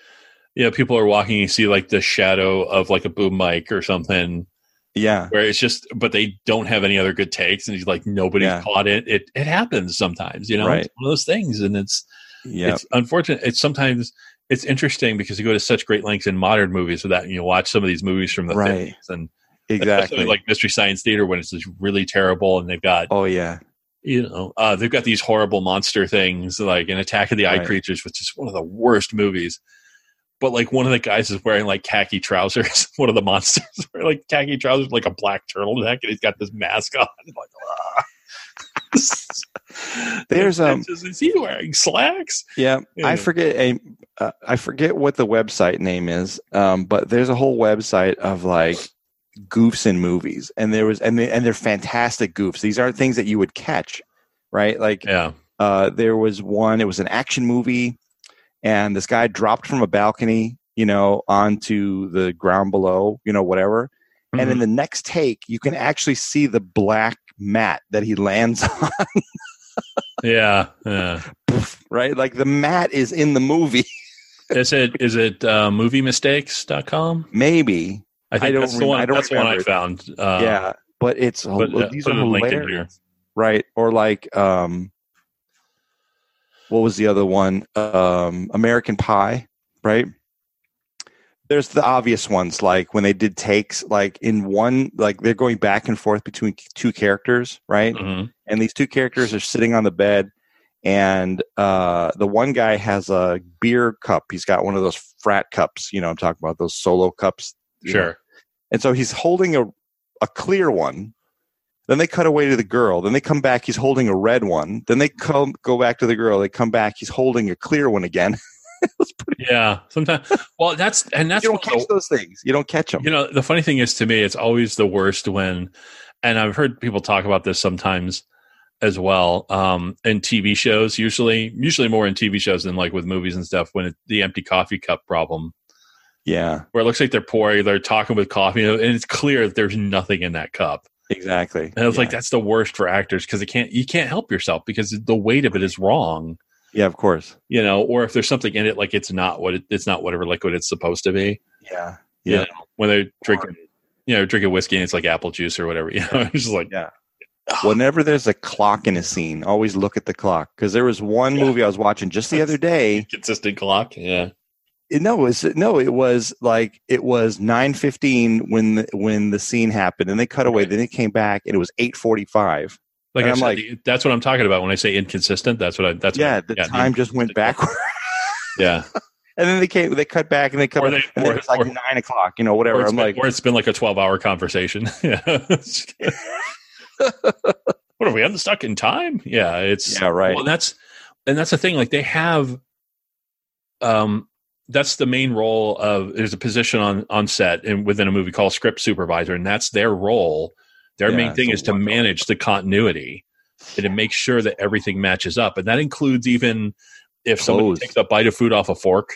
C: you know, people are walking, you see like the shadow of like a boom mic or something,
B: Yeah.
C: where it's just, but they don't have any other good takes, and he's like, nobody's
B: Yeah.
C: caught it. It it happens sometimes, you know.
B: Right.
C: It's one of those things, and it's
B: Yeah.
C: it's unfortunate. It's sometimes it's interesting because you go to such great lengths in modern movies for that, and you watch some of these movies from the
B: Right.
C: 50s and
B: Exactly.
C: especially *laughs* like Mystery Science Theater when it's just really terrible, and they've got
B: oh yeah.
C: you know uh, they've got these horrible monster things like an attack of the eye
B: Right.
C: creatures which is one of the worst movies but like one of the guys is wearing like khaki trousers *laughs* one of the monsters wearing like khaki trousers like a black turtleneck and he's got this mask on *laughs* like
B: There's, um,
C: It's just- is he wearing slacks
B: Yeah.
C: Yeah.
B: I forget a uh, I forget what the website name is, um, but there's a whole website of like goofs in movies, and there was and they, and they're fantastic goofs. These aren't things that you would catch, right? Like
C: yeah
B: uh, there was one. It was an action movie, and this guy dropped from a balcony, you know, onto the ground below, you know, whatever. And in
C: Mm-hmm.
B: the next take, you can actually see the black mat that he lands *laughs* on.
C: yeah yeah
B: Right, like the mat is in the movie. *laughs*
C: is it is it uh, moviemistakes.com
B: Maybe,
C: i think
B: don't
C: that's the
B: rem-
C: one
B: I don't
C: that's the one i
B: remember.
C: found uh,
B: yeah, but it's
C: but, uh,
B: these
C: put
B: are
C: a link in here.
B: hilarious. right? Or like, um, what was the other one? Um, American Pie, right? There's the obvious ones, like when they did takes, like in one, like they're going back and forth between two characters, right?
C: Mhm.
B: And these two characters are sitting on the bed, and uh, the one guy has a beer cup. He's got one of those frat cups, you know. I'm talking about those solo cups, you know,
C: sure
B: and so he's holding a a clear one. Then they cut away to the girl. Then they come back. He's holding a red one. Then they come go back to the girl. They come back. He's holding a clear one again. *laughs*
C: Yeah, sometimes. Well, that's and that's
B: you don't
C: one of
B: catch
C: the,
B: those things. You don't catch them.
C: you know the funny thing is to me, it's always the worst when, and I've heard people talk about this sometimes as well um, in TV shows. Usually, usually more in TV shows than like with movies and stuff. When it, the empty coffee cup problem,
B: yeah,
C: where it looks like they're pouring, they're talking with coffee, and it's clear that there's nothing in that cup.
B: exactly.
C: And I was
B: yeah.
C: like, that's the worst for actors because it can't you can't help yourself because the weight of it is wrong.
B: Yeah, of course.
C: You know, or if there's something in it, like it's not what it, it's not whatever liquid it's supposed to be.
B: Yeah,
C: you
B: Yeah.
C: know, when they're drinking, you know, drinking whiskey and it's like apple juice or whatever. *laughs* You know, it's just like,
B: *sighs* whenever there's a clock in a scene, always look at the clock because there was one
C: Yeah.
B: movie I was watching just the other day.
C: consistent clock. Yeah.
B: It- no, it was no, it was like it was nine fifteen when the, when the scene happened, and they cut away. Then it came back, and it was eight forty five.
C: Like
B: And
C: I'm
B: I'm
C: like, that's what I'm talking about when I say inconsistent. That's what I, that's what
B: Yeah,
C: I-
B: the time just went backward.
C: Yeah.
B: *laughs* And then they came, they cut back, and they cut,
C: Or
B: back, *laughs*
C: they,
B: and
C: or,
B: then it's like
C: or-
B: nine o'clock, you know,
C: or
B: whatever.
C: it's
B: I'm
C: been,
B: like,
C: or it's been like a 12 hour conversation. *laughs* yeah. what are we? I'm stuck in time. Yeah. It's,
B: yeah, right,
C: Well, that's and that's the thing. Like they have, um, that's the main role of there's a position on on set and within a movie called script supervisor, and that's their role. Their
B: Yeah,
C: main thing
B: it's
C: is
B: a
C: to
B: wonderful-
C: manage the continuity and to make sure that everything matches up, and that includes even if somebody
B: Clothes.
C: takes a bite of food off a fork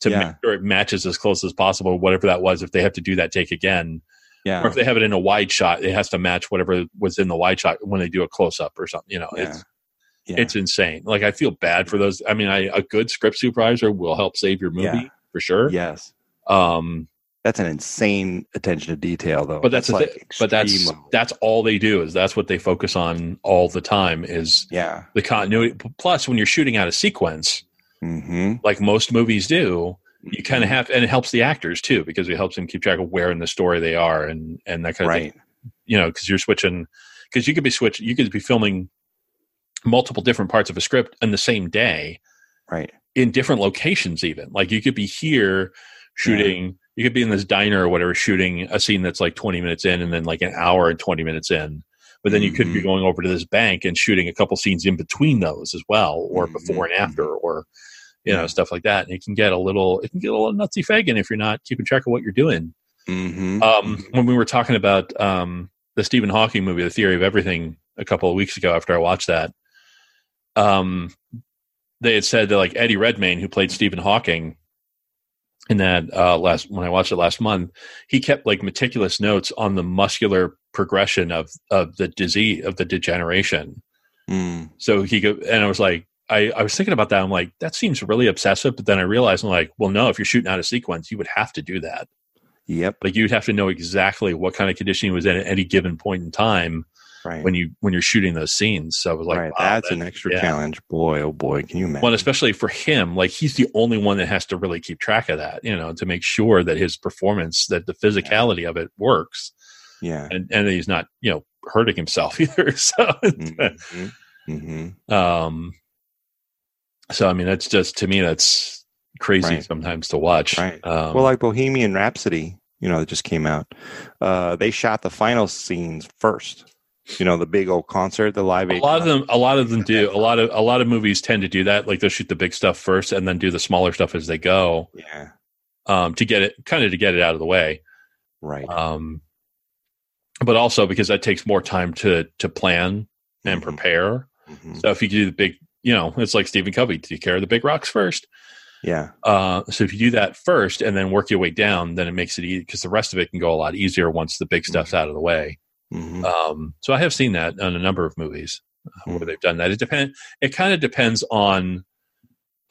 C: to
B: Yeah.
C: make sure it matches as close as possible, whatever that was. If they have to do that take again,
B: yeah,
C: or if they have it in a wide shot, it has to match whatever was in the wide shot when they do a close up or something. You know,
B: yeah,
C: it's
B: yeah,
C: it's insane. Like I feel bad for those. I mean, I, a good script supervisor will help save your movie
B: Yeah.
C: for sure.
B: yes,
C: Um,
B: that's an insane attention to detail, though.
C: but that's, the
B: like
C: thi- but that's
B: extreme level.
C: that's all they do is that's what they focus on all the time is
B: yeah,
C: the continuity. P- Plus, when you're shooting out a sequence,
B: mm-hmm.
C: like most movies do, you kind
B: Mm.
C: of have and it helps the actors too because it helps them keep track of where in the story they are and and that kind of thing.
B: right,
C: You know, because you're switching because you could be switch you could be filming multiple different parts of a script in the same day.
B: right,
C: in different locations even like you could be here shooting you could be in this diner or whatever shooting a scene that's like 20 minutes in and then like an hour and 20 minutes in but then you could be
B: Mhm.
C: going over to this bank and shooting a couple scenes in between those as well or
B: Mhm.
C: before and after or you know
B: Yeah.
C: stuff like that and it can get a little it can get a little nutsy fagging if you're not keeping track of what you're doing
B: mm-hmm.
C: um, when we were talking about um, the Stephen Hawking movie, The Theory of Everything, a couple of weeks ago after I watched that, um, they had said that like Eddie Redmayne, who played Stephen Hawking in that uh, last when I watched it last month, he kept like meticulous notes on the muscular progression of of the disease of the degeneration.
B: mm.
C: So he go and I was like, I, I was thinking about that. I'm like, that seems really obsessive. But then I realized I'm like, well, no, if you're shooting out a sequence, you would have to do that.
B: Yep.
C: Like you'd have to know exactly what kind of condition he was in at any given point in time
B: Right.
C: when you when you're shooting those scenes. So I was like,
B: right.
C: wow,
B: That's
C: that-
B: an extra
C: yeah.
B: challenge. Boy, oh boy, can you imagine?
C: Well, and especially for him, like he's the only one that has to really keep track of that, you know, to make sure that his performance, that the physicality of it works, *laughs*
B: yeah.
C: and and that he's not, you know, hurting himself *laughs* either. So,
B: Mhm. Mhm.
C: *laughs* um, so I mean, that's just to me, that's crazy
B: Right.
C: sometimes to watch.
B: Right.
C: Um,
B: well, like Bohemian Rhapsody, you know, that just came out. Uh, they shot the final scenes first. You know, the big old concert, the live.
C: a
B: Aid
C: lot of
B: concert.
C: them, a lot of them do. A lot of a lot of movies tend to do that. Like they'll shoot the big stuff first, and then do the smaller stuff as they go,
B: Yeah.
C: um, to get it kind of to get it out of the way.
B: Right.
C: um, but also because that takes more time to to plan and
B: Mhm.
C: prepare.
B: Mhm.
C: So if you do the big, you know, it's like Stephen Covey, take care of the big rocks first.
B: Yeah.
C: Uh, so if you do that first and then work your way down, then it makes it easy because the rest of it can go a lot easier once the big stuff's out of the way.
B: Mhm.
C: Um, so I have seen that on a number of movies uh, where
B: Mhm.
C: they've done that. It depend. It kind of depends on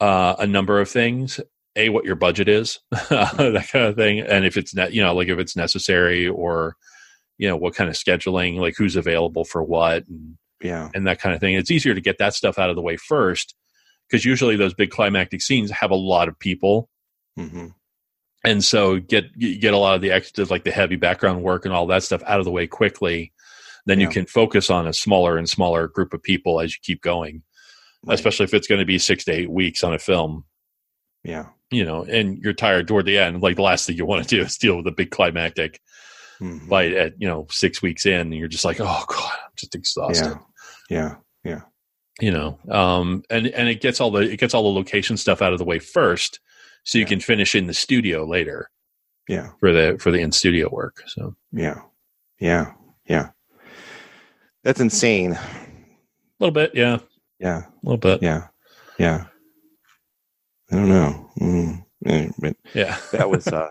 C: uh, a number of things. A, what your budget is, *laughs* that kind of thing, and if it's not, you know, like if it's necessary or you know what kind of scheduling, like who's available for what, and
B: Yeah.
C: and that kind of thing. It's easier to get that stuff out of the way first because usually those big climactic scenes have a lot of people.
B: Mhm.
C: And so get you get a lot of the extra like the heavy background work and all that stuff out of the way quickly. Then you
B: Yeah.
C: can focus on a smaller and smaller group of people as you keep going,
B: Right.
C: especially if it's going to be six to eight weeks on a film,
B: Yeah.
C: you know, and you're tired toward the end. Like the last thing you want to do is deal with a big climactic
B: Mhm.
C: fight at, you know, six weeks in and you're just like, oh God, I'm just exhausted.
B: Yeah. Yeah.
C: you know um and and it gets all the it gets all the location stuff out of the way first so you
B: Yeah.
C: can finish in the studio later
B: Yeah.
C: for the for the in studio work so
B: Yeah. Yeah. Yeah.
C: Hmm.
B: That's insane.
C: a little bit yeah a
B: Yeah.
C: little bit yeah,
B: Yeah. Yeah. I don't know. Mm. Eh, But that was uh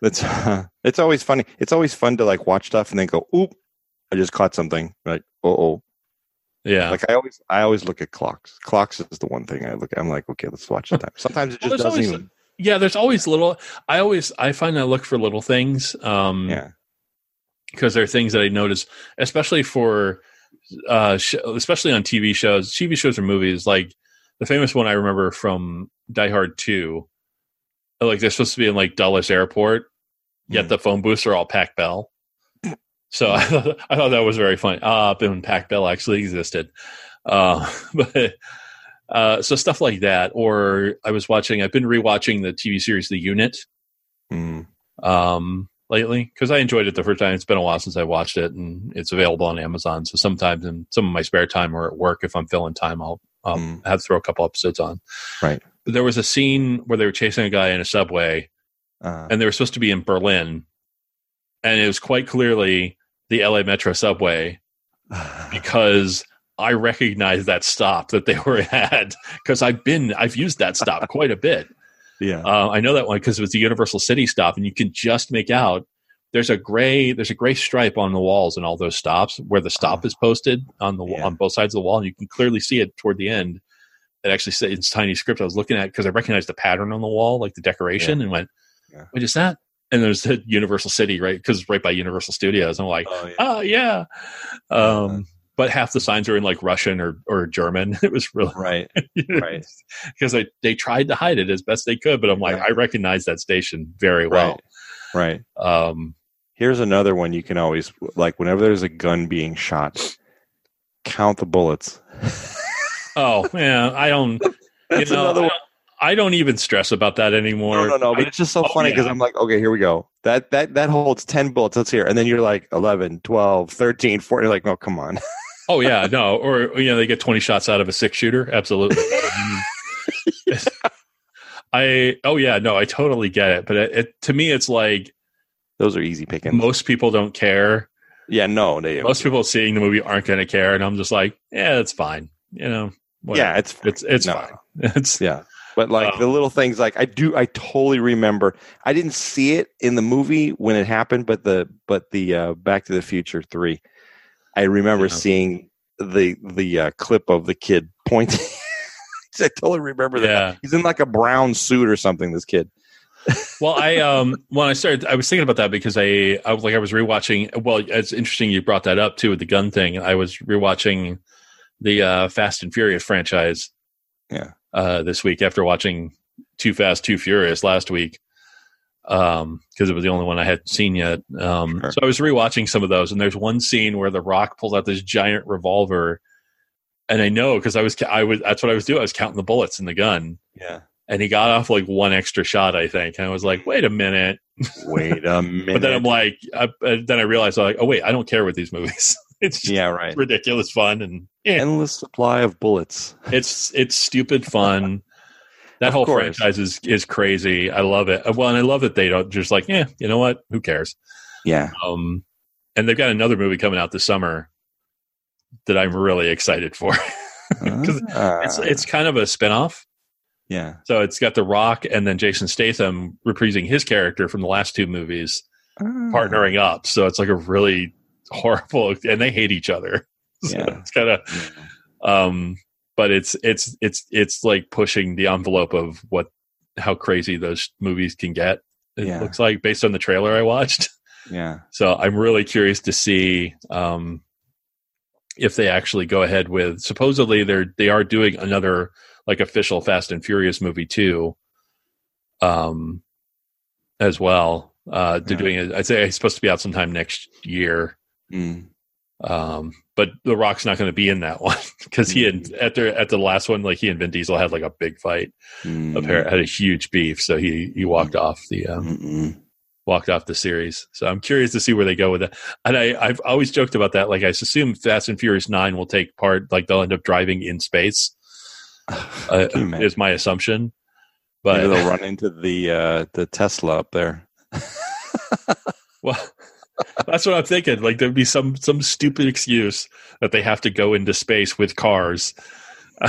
B: that's *laughs* uh, it's always funny. It's always fun to like watch stuff and then go, oop, I just caught something. Like, uh oh.
C: yeah
B: Like I always I always look at clocks. Clocks is the one thing I look at. I'm like, okay, let's watch the time. Sometimes it
C: Well,
B: just
C: there's
B: doesn't
C: always-
B: even
C: yeah there's always little i always i find i look for little things um
B: Yeah.
C: because there are things that i notice especially for uh sh- especially on tv shows tv shows or movies like the famous one i remember from die hard 2 like they're supposed to be in like dallas airport yet
B: Mm.
C: the phone booths are all pac bell so *laughs* I thought, I thought that was very funny uh when pac bell actually existed uh, *laughs* but uh, so stuff like that or i was watching i've been rewatching the tv series the unit
B: Mm.
C: um, lately because I enjoyed it the first time. It's been a while since I watched it, and it's available on Amazon. So sometimes in some of my spare time or at work, if I'm filling time, I'll I'll
B: Mm.
C: have to throw a couple episodes on.
B: Right.
C: But there was a scene where they were chasing a guy in a subway,
B: Uh,
C: and they were supposed to be in Berlin, and it was quite clearly the LA Metro subway because. I recognize that stop that they *laughs* were at because I've been I've used that stop quite a bit.
B: *laughs* yeah.
C: Uh, I know that one because it was the Universal City stop, and you can just make out there's a gray there's a gray stripe on the walls and all those stops where the stop is posted on the wa-
B: Ah. Yeah.
C: on both sides of the wall, and you can clearly see it toward the end. It actually said it's tiny script I was looking at because I recognized the pattern on the wall, like the decoration, and went,
B: Yeah.
C: "Wait, is that?" And there's the Universal City right because right by Universal Studios. I'm like,
B: Oh,
C: *laughs*
B: yeah.
C: "Oh yeah," um, but half the signs are in like Russian or or German. *laughs* It was really
B: Right. Right.
C: because they, they tried to hide it as best they could but i'm like
B: Right.
C: i recognize that station very well
B: Right. Right.
C: um
B: Here's another one you can always like whenever there's a gun being shot, count the bullets.
C: oh man i don't you
B: *laughs* That's
C: know
B: another
C: I,
B: one.
C: don't, I don't even stress about that
B: No,
C: anymore
B: no, no. But
C: I-
B: it's just so
C: oh,
B: funny because
C: yeah.
B: I'm like, okay, here we go. That that that holds 10 bullets. Let's hear. And then you're like 11, 12, 13, 14. You're like, no, come on. *laughs*
C: oh yeah no or you know they get 20 shots out of a six
B: *laughs*
C: shooter absolutely *laughs* i oh yeah no i totally get it but it, it, to me it's like
B: Those are easy pickings.
C: most people don't care
B: yeah, no. They,
C: most people seeing the movie aren't going to care and i'm just like yeah it's fine you know whatever.
B: yeah, it's
C: it's it's
B: No.
C: fine *laughs* it's
B: Yeah. But like
C: Um,
B: the little things, like I do, I totally remember. I didn't see it in the movie when it happened, but the but the uh, Back to the Future three, I remember
C: Yeah.
B: seeing the the uh, clip of the kid pointing *laughs* I totally remember that.
C: Yeah.
B: He's in like a brown suit or something. This kid.
C: Well, I um when I started, I was thinking about that because I I was like I was rewatching. Well, it's interesting you brought that up too with the gun thing. I was rewatching the uh, Fast and Furious franchise.
B: Yeah.
C: Uh, this week after watching Too Fast, Too Furious last week, um, because it was the only one I hadn't seen yet. Um,
B: Sure.
C: so I was rewatching some of those, and there's one scene where The Rock pulls out this giant revolver, and I know because I was ca- I was that's what I was doing. I was counting the bullets in the gun.
B: Yeah.
C: And he got off like one extra shot, I think. And I was like, wait a minute.
B: Wait a minute.
C: *laughs* But then I'm like, I, uh, then I realized, like, oh wait, I don't care with these movies. *laughs* it's just
B: yeah, right.
C: ridiculous fun, and eh,
B: Endless supply of bullets.
C: it's it's
B: *laughs*
C: stupid fun. That
B: Of
C: whole
B: course.
C: franchise is is crazy. I love it. Uh, Well, and I love that they don't just like, yeah, you know what? Who cares? *laughs*
B: Yeah.
C: Um, and they've got another movie coming out this summer that I'm really excited for. *laughs* it's
B: Ah,
C: it's kind of a spinoff.
B: yeah.
C: So it's got The Rock and then Jason Statham reprising his character from the last two movies.
B: Hmm.
C: partnering up. So it's like a really horrible, and they hate each other. *laughs* So
B: Yeah.
C: it's kind of,
B: Yeah.
C: um, but it's it's it's it's like pushing the envelope of what how crazy those movies can get. It
B: Yeah.
C: looks like based on the trailer I watched.
B: Yeah.
C: So I'm really curious to see um, if they actually go ahead with. Supposedly they're they are doing another like official Fast and Furious movie too, um, as well. Uh, they're
B: Yeah.
C: doing it. I'd say it's supposed to be out sometime next year.
B: Mm.
C: Um, but The Rock's not going to be in that *laughs* one because he had at their at the last one like he and Vin Diesel had like a big fight.
B: Mm.
C: Apparently had a huge beef, so he he walked off the um,
B: Mm-mm.
C: walked off the series. So I'm curious to see where they go with that. And I, I've always joked about that. Like I assume Fast and Furious Nine will take part. Like they'll end up driving
B: *sighs*
C: in space. Uh,
B: Can you imagine?
C: is my assumption.
B: Maybe
C: But
B: they'll run into the uh, the Tesla up there.
C: *laughs* well, that's what I'm thinking. Like there'd be some some stupid excuse that they have to go into space with cars. *laughs*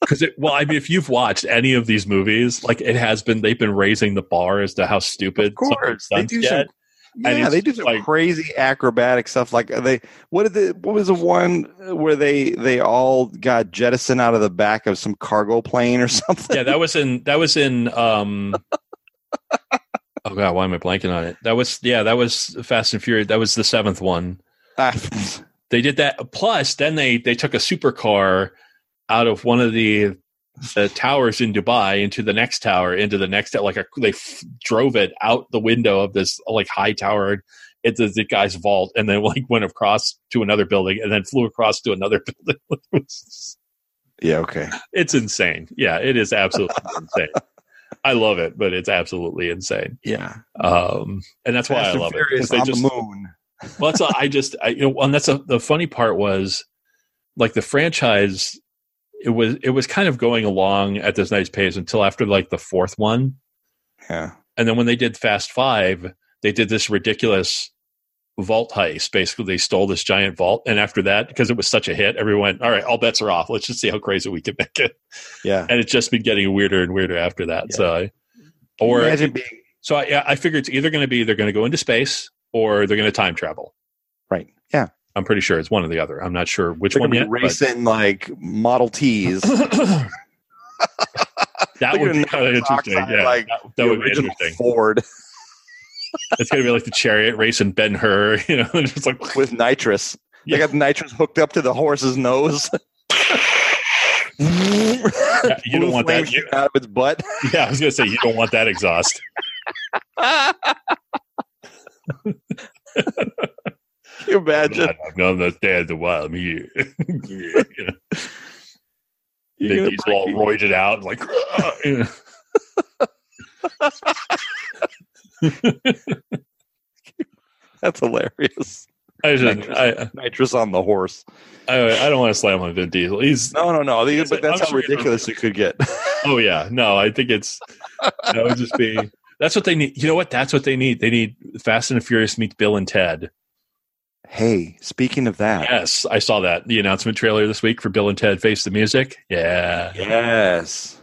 C: Because well, I mean, if you've watched any of these movies, like it has been, they've been raising the bar as to how stupid. some
B: they
C: stunts
B: do
C: get.
B: some.
C: And
B: Yeah,
C: it's
B: they do some
C: like-
B: crazy acrobatic stuff. Like uh, they, what did the, what was the one where they they all got jettisoned out of the back of some cargo plane or *laughs* something?
C: yeah, that was in that was in um Oh god, why am I blanking on it? That was yeah, that was Fast and Furious. That was the seventh one.
B: Ah,
C: They did that. Plus, then they they took a supercar out of one of the the towers in Dubai into the next tower, into the next like a, they f- drove it out the window of this like high tower into the guy's vault, and then like went across to another building, and then flew across to another *laughs* building.
B: *laughs* yeah, okay.
C: it's insane. Yeah, it is absolutely insane. I love it, but it's absolutely insane.
B: Yeah,
C: Um, and that's why
B: Fast
C: I
B: and
C: love it.
B: Furious
C: because They
B: on
C: just,
B: the moon.
C: well, that's a, I just, I, you know, and that's a, the funny part was like the franchise, it was, it was kind of going along at this nice pace until after like the fourth one.
B: Yeah,
C: And then when they did Fast Five, they did this ridiculous vault heist. Basically, they stole this giant vault. And after that, because it was such a hit, everyone, all right, all bets are off. Let's just see how crazy we can make it
B: yeah.
C: and it's just been getting weirder and weirder after that. So, I- or
B: imagine being
C: so I, yeah, I figure it's either going to be they're going to go into space or they're going to time travel.
B: right. Yeah,
C: I'm pretty sure it's one or the other. I'm not sure which
B: they're
C: one
B: gonna be
C: yet. but-
B: racing like Model
C: *laughs*
B: Ts.
C: that
B: Look
C: would
B: at
C: be
B: an
C: kind of interesting.
B: oxide,
C: yeah,
B: like,
C: that, that
B: the
C: would be
B: original
C: interesting.
B: Ford *laughs*
C: It's going to be like the chariot race and Ben Hur. *laughs* You know, it's like
B: with nitrous. They
C: Yeah.
B: got the nitrous hooked up to the horse's nose. *laughs*
C: you don't want that.
B: Flames shoot out of its
C: *laughs*
B: butt. *laughs*
C: yeah, I was going to say you don't want that exhaust.
B: Can you *laughs* imagine?
C: I'm going to stand a while I'm here. *laughs* You know,
B: You're
C: Vin
B: gonna
C: Diesel
B: break
C: all
B: it.
C: roided out, like. *laughs* you know.
B: *laughs* That's hilarious.
C: I just,
B: Nitrous.
C: I,
B: Nitrous on the horse.
C: I, I don't want to slam on Vin Diesel. He's
B: No, no, no. These-
C: Yes,
B: but that's
C: I'm
B: how
C: sure you don't-
B: ridiculous it could get. *laughs*
C: oh yeah, no, I think it's that would just be that's what they need. You know what? That's what they need. They need Fast and the Furious meets Bill and Ted.
B: hey, speaking of that,
C: Yes, I saw that the announcement trailer this week for Bill and Ted Face the Music. Yeah,
B: yes,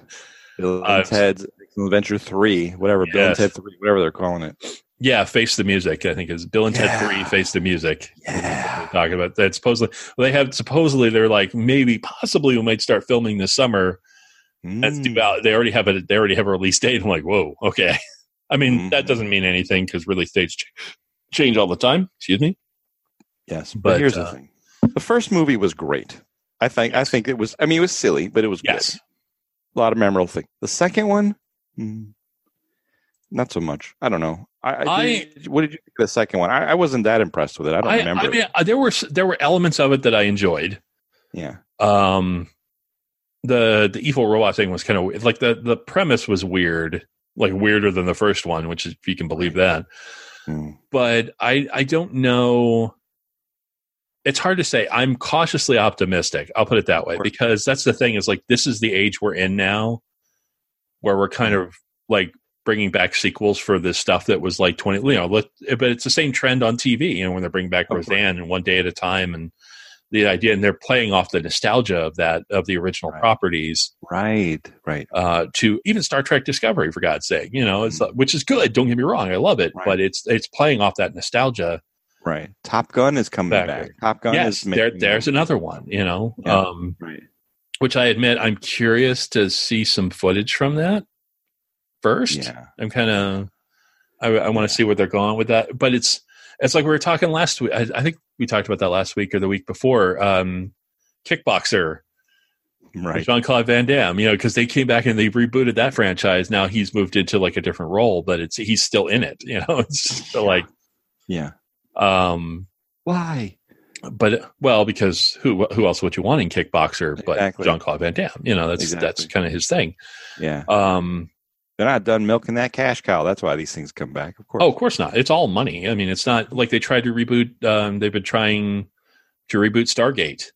B: Bill
C: I've-
B: and Ted's Excellent Adventure Three, whatever Bill and
C: Yes.
B: Ted Three, whatever they're calling it.
C: yeah, Face the Music. I think is Bill and Ted
B: Yeah.
C: Three Face the Music.
B: Yeah.
C: They're talking about that supposedly well, they have supposedly they're like maybe possibly we might start filming this summer.
B: Mm,
C: That's
B: Hmm.
C: due out. They already have a they already have a release date. I'm like, whoa, okay. I mean that
B: Mhm.
C: doesn't mean anything because release dates ch- change all the time. Excuse me.
B: Yes, but,
C: But,
B: here's
C: uh,
B: the thing: the first movie was great. I think I think it was. I mean, it was silly, but it was
C: Yes.
B: good. A lot of memorable things. The second one, mm, not so much. I don't know. I, I,
C: I-
B: did- what did you think of the second one? I, I wasn't that impressed with it. I don't
C: I,
B: remember.
C: I
B: it.
C: mean, uh, there were s- there were elements of it that I enjoyed.
B: yeah,
C: Um, the the evil robot thing was kind of like the the premise was weird, like weirder than the first one, which is if you can believe that.
B: Mm.
C: But I I don't know. It's hard to say. I'm cautiously optimistic. I'll put it that way
B: Sure.
C: because that's the thing is like this is the age we're in now, where we're
B: Hmm.
C: kind of like bringing back sequels for this stuff that was like 20 you know let, but it's the same trend on tv you know when they're bringing back
B: Of course.
C: roseanne and one day at a time and the idea and they're playing off the nostalgia of that of the original
B: Right.
C: properties
B: right, right.
C: uh to even star trek discovery for god's sake you know it's which is good don't get me wrong i love it
B: Mm. Right.
C: but it's it's playing off that nostalgia
B: Right. Top Gun is coming back.
C: Factor.
B: Top Gun
C: yes
B: is
C: there,
B: making-
C: there's another one you know
B: Yeah.
C: um
B: Right.
C: which i admit i'm curious to see some footage from that first
B: Yeah.
C: I'm kind of I, I want to see where they're going with that. But it's it's like we were talking last week. I, I think we talked about that last week or the week before. Um, Kickboxer,
B: Right.
C: Jean Claude Van Damme. You know, because they came back and they rebooted that franchise. Now he's moved into like a different role, but it's he's still in it. You know, *laughs* it's so like
B: Yeah.
C: um,
B: Why?
C: but well, because who who else would you want in Kickboxer? But
B: Exactly.
C: Jean Claude Van Damme. You know, that's that's
B: Exactly.
C: kind of his thing.
B: Yeah.
C: Um,
B: They're not done milking that cash cow. That's why these things come back. Of course.
C: Oh, of course not. It's all money. I mean, it's not like they tried to reboot. Um, they've been trying to reboot Stargate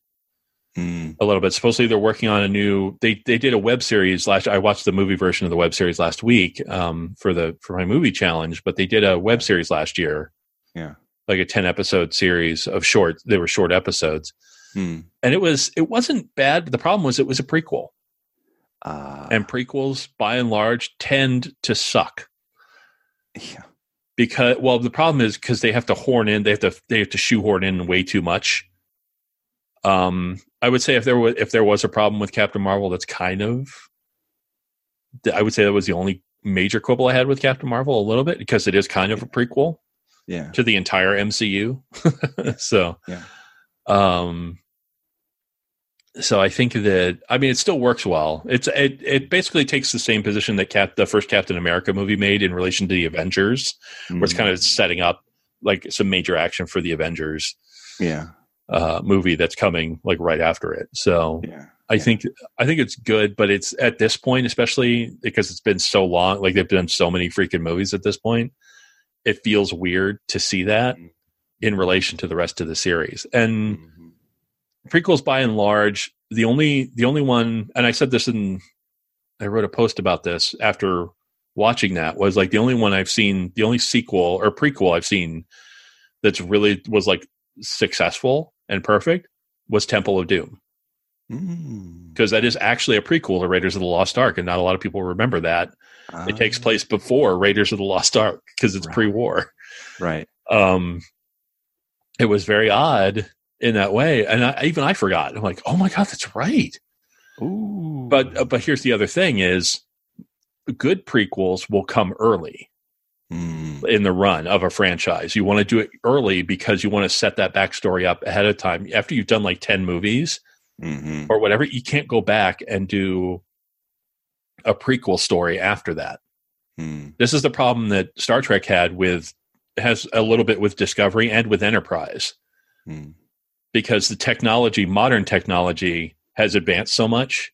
B: Mm.
C: a little bit. Supposedly, they're working on a new. They they did a web series last. I watched the movie version of the web series last week um, for the for my movie challenge. But they did a web series last year.
B: Yeah.
C: like a ten episode series of short. They were short episodes,
B: Mm.
C: and it was it wasn't bad. But the problem was it was a prequel,
B: Uh,
C: and prequels by and large tend to suck.
B: yeah.
C: because well the problem is because they have to horn in they have to they have to shoehorn in way too much um i would say if there was if there was a problem with captain marvel that's kind of i would say that was the only major quibble i had with captain marvel a little bit because it is kind of a prequel
B: Yeah.
C: to the entire mcu *laughs* so
B: Yeah.
C: um so i think that i mean it still works well it's it, it basically takes the same position that cap the first captain america movie made in relation to the avengers where
B: Mm-hmm.
C: it's kind of setting up like some major action for the Avengers
B: yeah
C: uh, movie that's coming like right after it. So
B: yeah
C: I
B: Yeah.
C: think I think it's good, but it's at this point, especially because it's been so long, like they've done so many freaking movies at this point, it feels weird to see that
B: Mhm.
C: in relation to the rest of the series.
B: Mm-hmm.
C: And prequels by and large the only the only one and i said this in i wrote a post about this after watching that was like the only one i've seen the only sequel or prequel i've seen that's really was like successful and perfect was temple of doom
B: Mm.
C: because that is actually a prequel to raiders of the lost ark and not a lot of people remember that it takes
B: Ah,
C: place before raiders of the lost ark because it's
B: Right.
C: pre-war
B: right
C: um it was very odd in that way and I, even i forgot i'm like oh my god that's right
B: Ooh.
C: but uh, but here's the other thing is good prequels will come early
B: Mm.
C: in the run of a franchise you want to do it early because you want to set that backstory up ahead of time after you've done like 10 movies
B: Mhm.
C: or whatever you can't go back and do a prequel story after that
B: Mm.
C: this is the problem that star trek had with has a little bit with discovery and with enterprise
B: Mm.
C: because the technology, modern technology, has advanced so much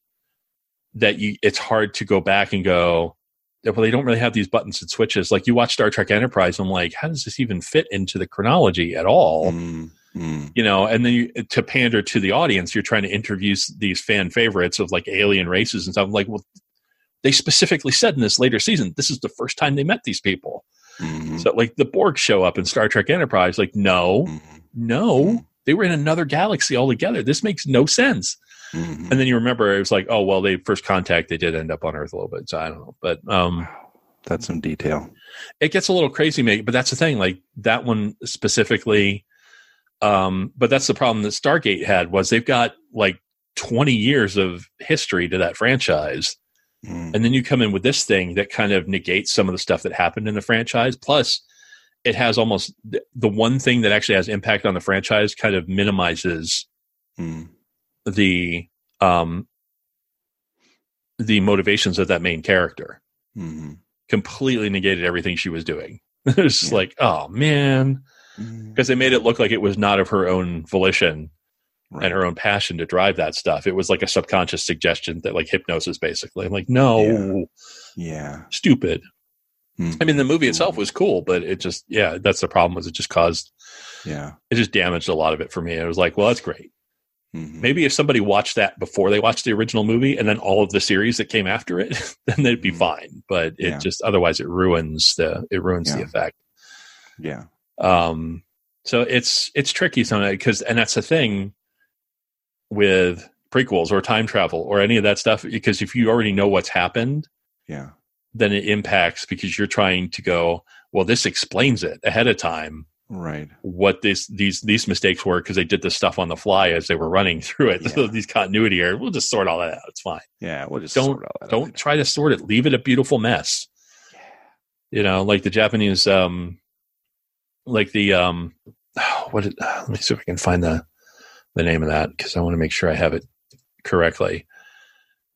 C: that you it's hard to go back and go. Well, they don't really have these buttons and switches. Like you watch Star Trek Enterprise, I'm like, how does this even fit into the chronology at all?
B: Mm. Mm.
C: You know, and then you, to pander to the audience, you're trying to interview s- these fan favorites of like alien races and stuff. I'm like, well, they specifically said in this later season, this is the first time they met these people.
B: Mhm.
C: So, like, the Borg show up in Star Trek Enterprise. Like, no,
B: Mhm.
C: no, they were in another galaxy altogether. This makes no sense.
B: Mhm.
C: And then you remember it was like, oh well, they first contact they did end up on Earth a little bit. So I don't know, but um,
B: That's some detail.
C: it gets a little crazy, mate. But that's the thing, like that one specifically. Um, but that's the problem that Stargate had was they've got like 20 years of history to that franchise.
B: Mm.
C: And then you come in with this thing that kind of negates some of the stuff that happened in the franchise. Plus, it has almost th- the one thing that actually has impact on the franchise kind of minimizes
B: Mm.
C: the um the motivations of that main character.
B: Mhm.
C: Completely negated everything she was doing. *laughs* it's just
B: Yeah.
C: like, oh man,
B: Mm.
C: because they made it look like it was not of her own volition
B: Right.
C: and her own passion to drive that stuff. It was like a subconscious suggestion that like hypnosis basically. I'm like, no,
B: Yeah. Yeah.
C: stupid.
B: Mm.
C: I mean, the movie itself was cool, but it just, yeah, that's the problem. Was it just caused,
B: Yeah.
C: it just damaged a lot of it for me. It was like, well, that's great.
B: Mhm.
C: Maybe if somebody watched that before they watched the original movie and then all of the series that came after it, *laughs* then they'd be
B: Mhm.
C: fine. But it
B: Yeah.
C: just otherwise it ruins the it ruins the
B: Yeah.
C: effect.
B: Yeah.
C: Um, so it's it's tricky sometimes because and that's the thing with prequels or time travel or any of that stuff because if you already know what's happened
B: Yeah.
C: then it impacts because you're trying to go well this explains it ahead of time
B: Right.
C: what this these these mistakes were because they did this stuff on the fly as they were running *laughs* through it so
B: Yeah.
C: these continuity errors we'll just sort all that out it's fine
B: Yeah. We'll just
C: Don't-
B: sort all that out
C: don't
B: later.
C: try to sort it leave it a beautiful mess you know like the japanese um like the um *sighs* what did, let me see if i can find the the name of that because i want to make sure i have it correctly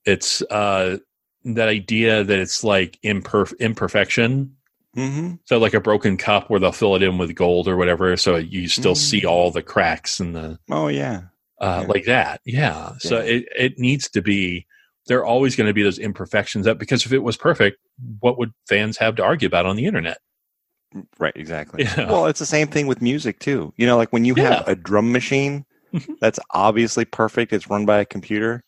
C: it's uh that idea that it's like imperf- imperfection
B: Mhm.
C: so like a broken cup where they'll fill it in with gold or whatever, so you still
B: Mm.
C: see all the cracks and the
B: Oh yeah.
C: uh,
B: Yeah.
C: like that. Yeah. So
B: Yeah.
C: it it needs to be. There are always going to be those imperfections that because if it was perfect, what would fans have to argue about on the internet?
B: Right. Exactly.
C: *laughs* Yeah.
B: Well, it's the same thing with music too. You know, like when you have a drum machine
C: Mhm.
B: that's obviously perfect, it's run by a computer.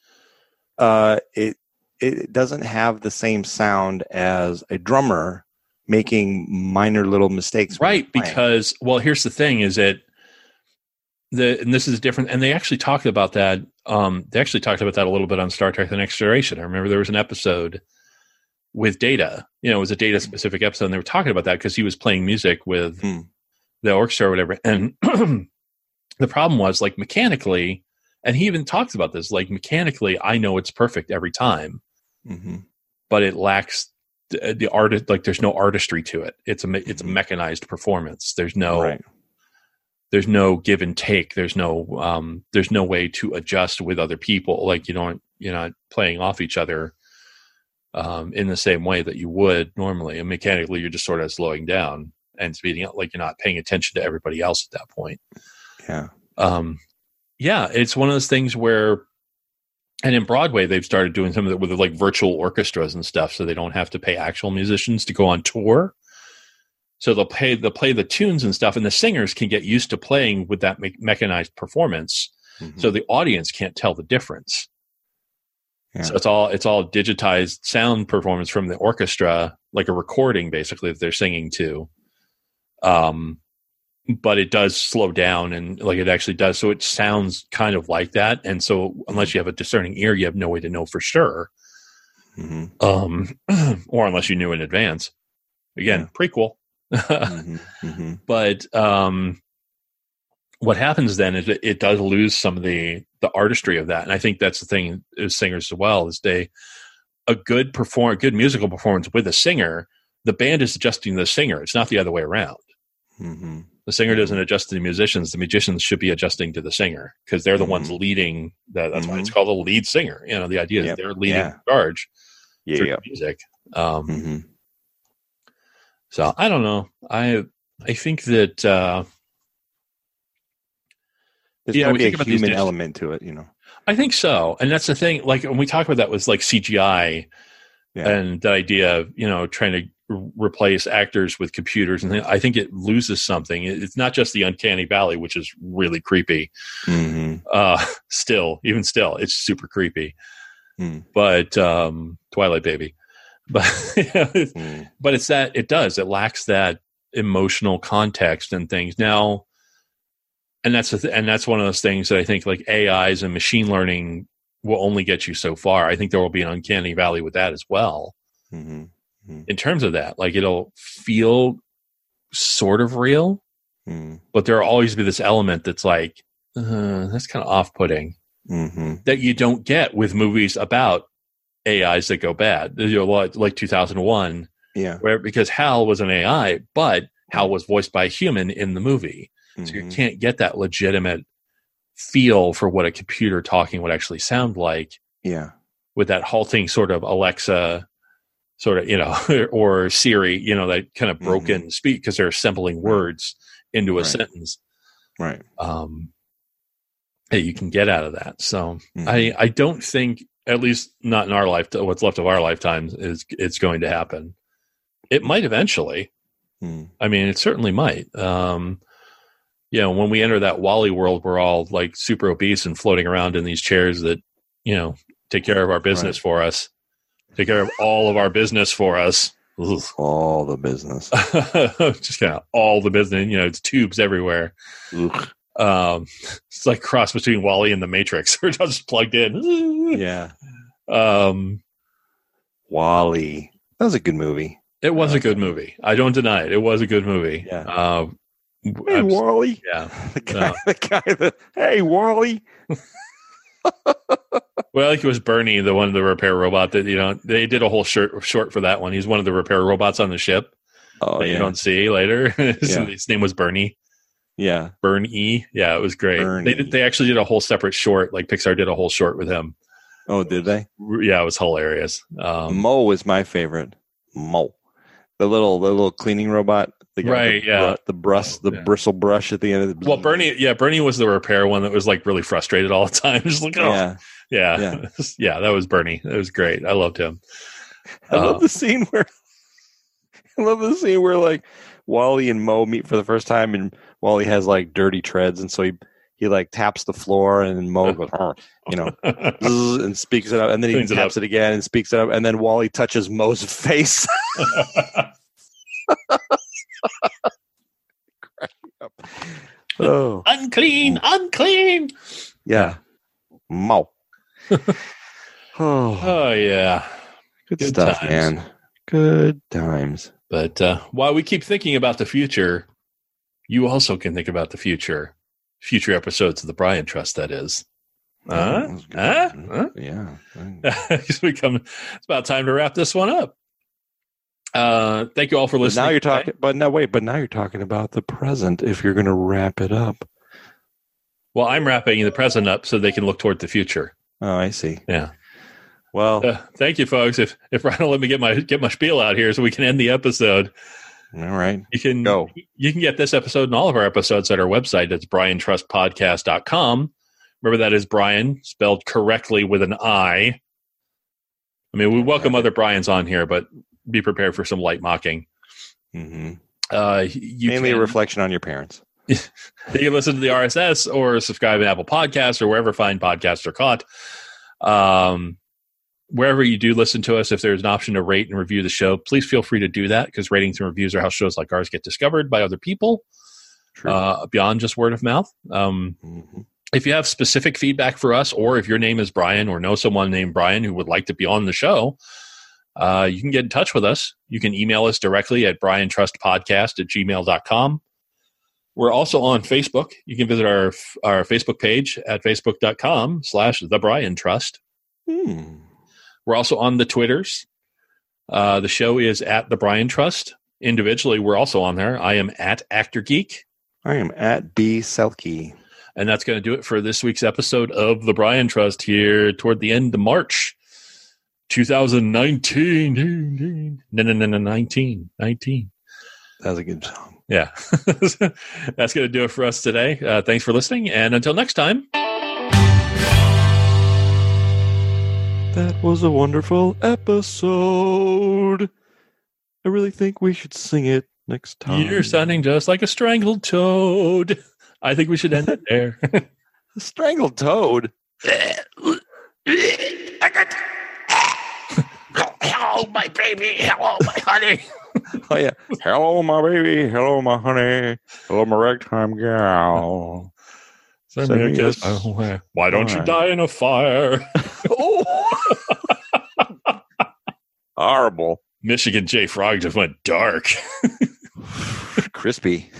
B: Uh, it it doesn't have the same sound as a drummer making minor little mistakes. when
C: right
B: they're playing.
C: because well here's the thing is that the and this is different and they actually talked about that um they actually talked about that a little bit on star trek the next generation i remember there was an episode with data you know it was a data specific episode and they were talking about that because he was playing music with
B: Hmm.
C: the orchestra or whatever and *clears throat* the problem was like mechanically and he even talks about this like mechanically i know it's perfect every time
B: Mhm.
C: but it lacks the, the art like there's no artistry to it it's a me- it's a
B: Mhm.
C: mechanized performance there's no
B: Right.
C: there's no give and take there's no um there's no way to adjust with other people like you don't you're not playing off each other um in the same way that you would normally and mechanically you're just sort of slowing down and speeding up like you're not paying attention to everybody else at that point
B: Yeah.
C: um yeah it's one of those things where and in broadway they've started doing some of it with like virtual orchestras and stuff so they don't have to pay actual musicians to go on tour so they'll pay they'll play the tunes and stuff and the singers can get used to playing with that me- mechanized performance
B: Mhm.
C: so the audience can't tell the difference
B: Yeah.
C: so it's all it's all digitized sound performance from the orchestra like a recording basically that they're singing to um but it does slow down and like it actually does so it sounds kind of like that and so unless you have a discerning ear you have no way to know for sure *laughs*
B: Mhm.
C: um *clears throat* or unless you knew in advance again prequel *laughs*
B: Mhm. Mhm.
C: but um, what happens then is it, it does lose some of the the artistry of that, and I think that's the thing is singers as well is they a good perform good musical performance with a singer, the band is adjusting the singer. It's not the other way around.
B: Mhm.
C: The singer doesn't adjust to the musicians. The musicians should be adjusting to the singer because they're the ones leading. The, that's why it's called a lead singer. You know, the idea
B: Mm-hmm. Yep.
C: is they're leading
B: Yeah.
C: the charge
B: Yeah.
C: through
B: Yeah.
C: music. Um,
B: Mhm.
C: So I don't know. I I think that uh,
B: There's
C: Yeah,
B: got to
C: we
B: be
C: think
B: a
C: about these
B: human
C: dis-
B: element to it, you know.
C: I think so, and that's the thing. Like when we talk about that was like CGI
B: Yeah.
C: and the idea of you know trying to r- replace actors with computers, and I think it loses something. It- It's not just the uncanny valley, which is really creepy.
B: Mhm.
C: Uh, *laughs* still, even still, it's super creepy.
B: Mm.
C: But um, Twilight Baby, but *laughs*
B: Mhm.
C: but it's that it does it lacks that emotional context and things now and that's the th- and that's one of those things that i think like ais and machine learning will only get you so far i think there will be an uncanny valley with that as well
B: Mhm. Mhm.
C: in terms of that. Like it'll feel sort of real,
B: Mm,
C: but there'll always be this element that's like, uh, that's kind of off putting
B: hmm
C: that you don't get with movies about AIs that go bad. You know, like, like 2001,
B: Yeah.
C: where because Hal was an AI, but Hal was voiced by a human in the movie. So you
B: mhm,
C: can't get that legitimate feel for what a computer talking would actually sound like
B: Mm-hmm. Yeah.
C: with that halting sort of Alexa, sort of, you know, *laughs* or Siri, you know, that kind of broken speak because they're assembling words into a
B: Right.
C: sentence
B: Right.
C: um, that you can get out of that. So
B: Mhm.
C: I, I don't think, at least not in our life, what's left of our lifetimes is it's going to happen. It might eventually.
B: Mm,
C: I mean, it certainly might. Um, you know, when we enter that Wally world, we're all like super obese and floating around in these chairs that, you know, take care of our business for us, take care of all of our business for us. *laughs* Ugh.
B: all the business. *laughs*
C: Just kind of all the business, you know, it's tubes everywhere.
B: Ugh.
C: Um, it's like cross between Wally and the Matrix. *laughs* We're just plugged in.
B: yeah.
C: Um,
B: Wally. That was a good movie.
C: it was a good movie. I don't deny it. It was a good movie.
B: Yeah.
C: Um,
B: Hey, Oh.
C: I'm-
B: Wally.
C: yeah.
B: *laughs* The guy, the guy that, hey, Wally.
C: Well, like it was Bernie, the one the repair robot that you know they did a whole shirt short for that one. He's one of the repair robots on the ship
B: Oh,
C: that you don't see later. *laughs* His,
B: Yeah.
C: his name was Bernie.
B: Yeah.
C: Bernie, yeah, it was great. They
B: Bernie.
C: did, they actually did a whole separate short. Like Pixar did a whole short with him.
B: Oh, did they?
C: Yeah, it was hilarious. Um,
B: Mo was my favorite. Mo, the little the little cleaning robot. The with
C: Right,
B: The,
C: yeah.
B: bru- the brush, the
C: Yeah.
B: bristle brush at the end of the.
C: well, Bernie, yeah, Bernie was the repair one that was like really frustrated all the time. *laughs* Just like, oh, yeah,
B: *laughs* Yeah,
C: yeah, *laughs*
B: Yeah.
C: that was Bernie. That was great. I loved him. *laughs*
B: I love
C: Uh,
B: the scene where. *laughs* I love the scene where like Wally and Mo meet for the first time, and Wally has like dirty treads, and so he he like taps the floor, and then Mo
C: Uh-huh.
B: goes, "Arr," you know, zzz, and speaks it up, and then he
C: Cleans it
B: taps it, again and speaks it up, and then Wally touches Mo's *laughs*
C: *laughs*
B: face. oh
C: unclean, unclean.
B: yeah,
C: *laughs*
B: Mo. oh.
C: Oh yeah.
B: Good,
C: Good
B: stuff,
C: times.
B: man. Good times.
C: But uh, while we keep thinking about the future, you also can think about the future. Future episodes of the Brian Trust, that is. *laughs* Huh?
B: That was good.
C: Huh? Huh?
B: Yeah.
C: we come, it's about time to wrap this one up. Uh, thank you all for
B: But
C: listening.
B: now you're talking, but no, wait, but now you're talking about the present if you're going to wrap it up.
C: Well, I'm wrapping the present up so they can look toward the future.
B: Oh, I see.
C: Yeah.
B: Well,
C: Uh, thank you, folks. If if Ryan will let me get my get my spiel out here, so we can end the episode.
B: all right.
C: You can
B: Go.
C: you can get this episode and all of our episodes at our website. That's briantrustpodcast.com. Remember, that is Brian spelled correctly with an I. I mean, we welcome other Brians on here, but be prepared for some light mocking.
B: Mhm.
C: Uh, you
B: Mainly a
C: can,
B: reflection on your parents.
C: *laughs* you can listen to the RSS or subscribe to Apple Podcasts or wherever fine podcasts are caught. Um, wherever you do listen to us, if there's an option to rate and review the show, please feel free to do that because ratings and reviews are how shows like ours get discovered by other people
B: True.
C: uh, beyond just word of mouth. Um,
B: Mhm.
C: if you have specific feedback for us, or if your name is Brian or know someone named Brian who would like to be on the show, uh, you can get in touch with us. You can email us directly at briantrustpodcast at gmail.com. We're also on Facebook. You can visit our our Facebook page at facebook.com slash the Brian Trust.
B: Hmm.
C: We're also on the Twitters. Uh, the show is at the Brian Trust. Individually, we're also on there. I am at Actor Geek.
B: I am at B Selkie.
C: And that's going to do it for this week's episode of The Brian Trust here toward the end of March 2019. No, no, no, no, 19. 19.
B: That was a good song.
C: Yeah. *laughs* that's going to do it for us today. Uh, thanks for listening. And until next time,
B: That was a wonderful episode. I really think we should sing it next time.
C: you're sounding just like a strangled toad. I think we should end it there.
B: A strangled toad.
A: Hello, my baby. Hello, my honey.
B: *laughs* Oh yeah. Hello, my baby. Hello, my honey. Hello, my ragtime gal.
C: Send
B: Send
C: me a
B: me
C: kiss.
B: a s-
C: Oh, Why don't you
B: Alright.
C: die in a fire? *laughs*
B: oh, horrible.
C: Michigan J Frog just went dark.
B: Crispy.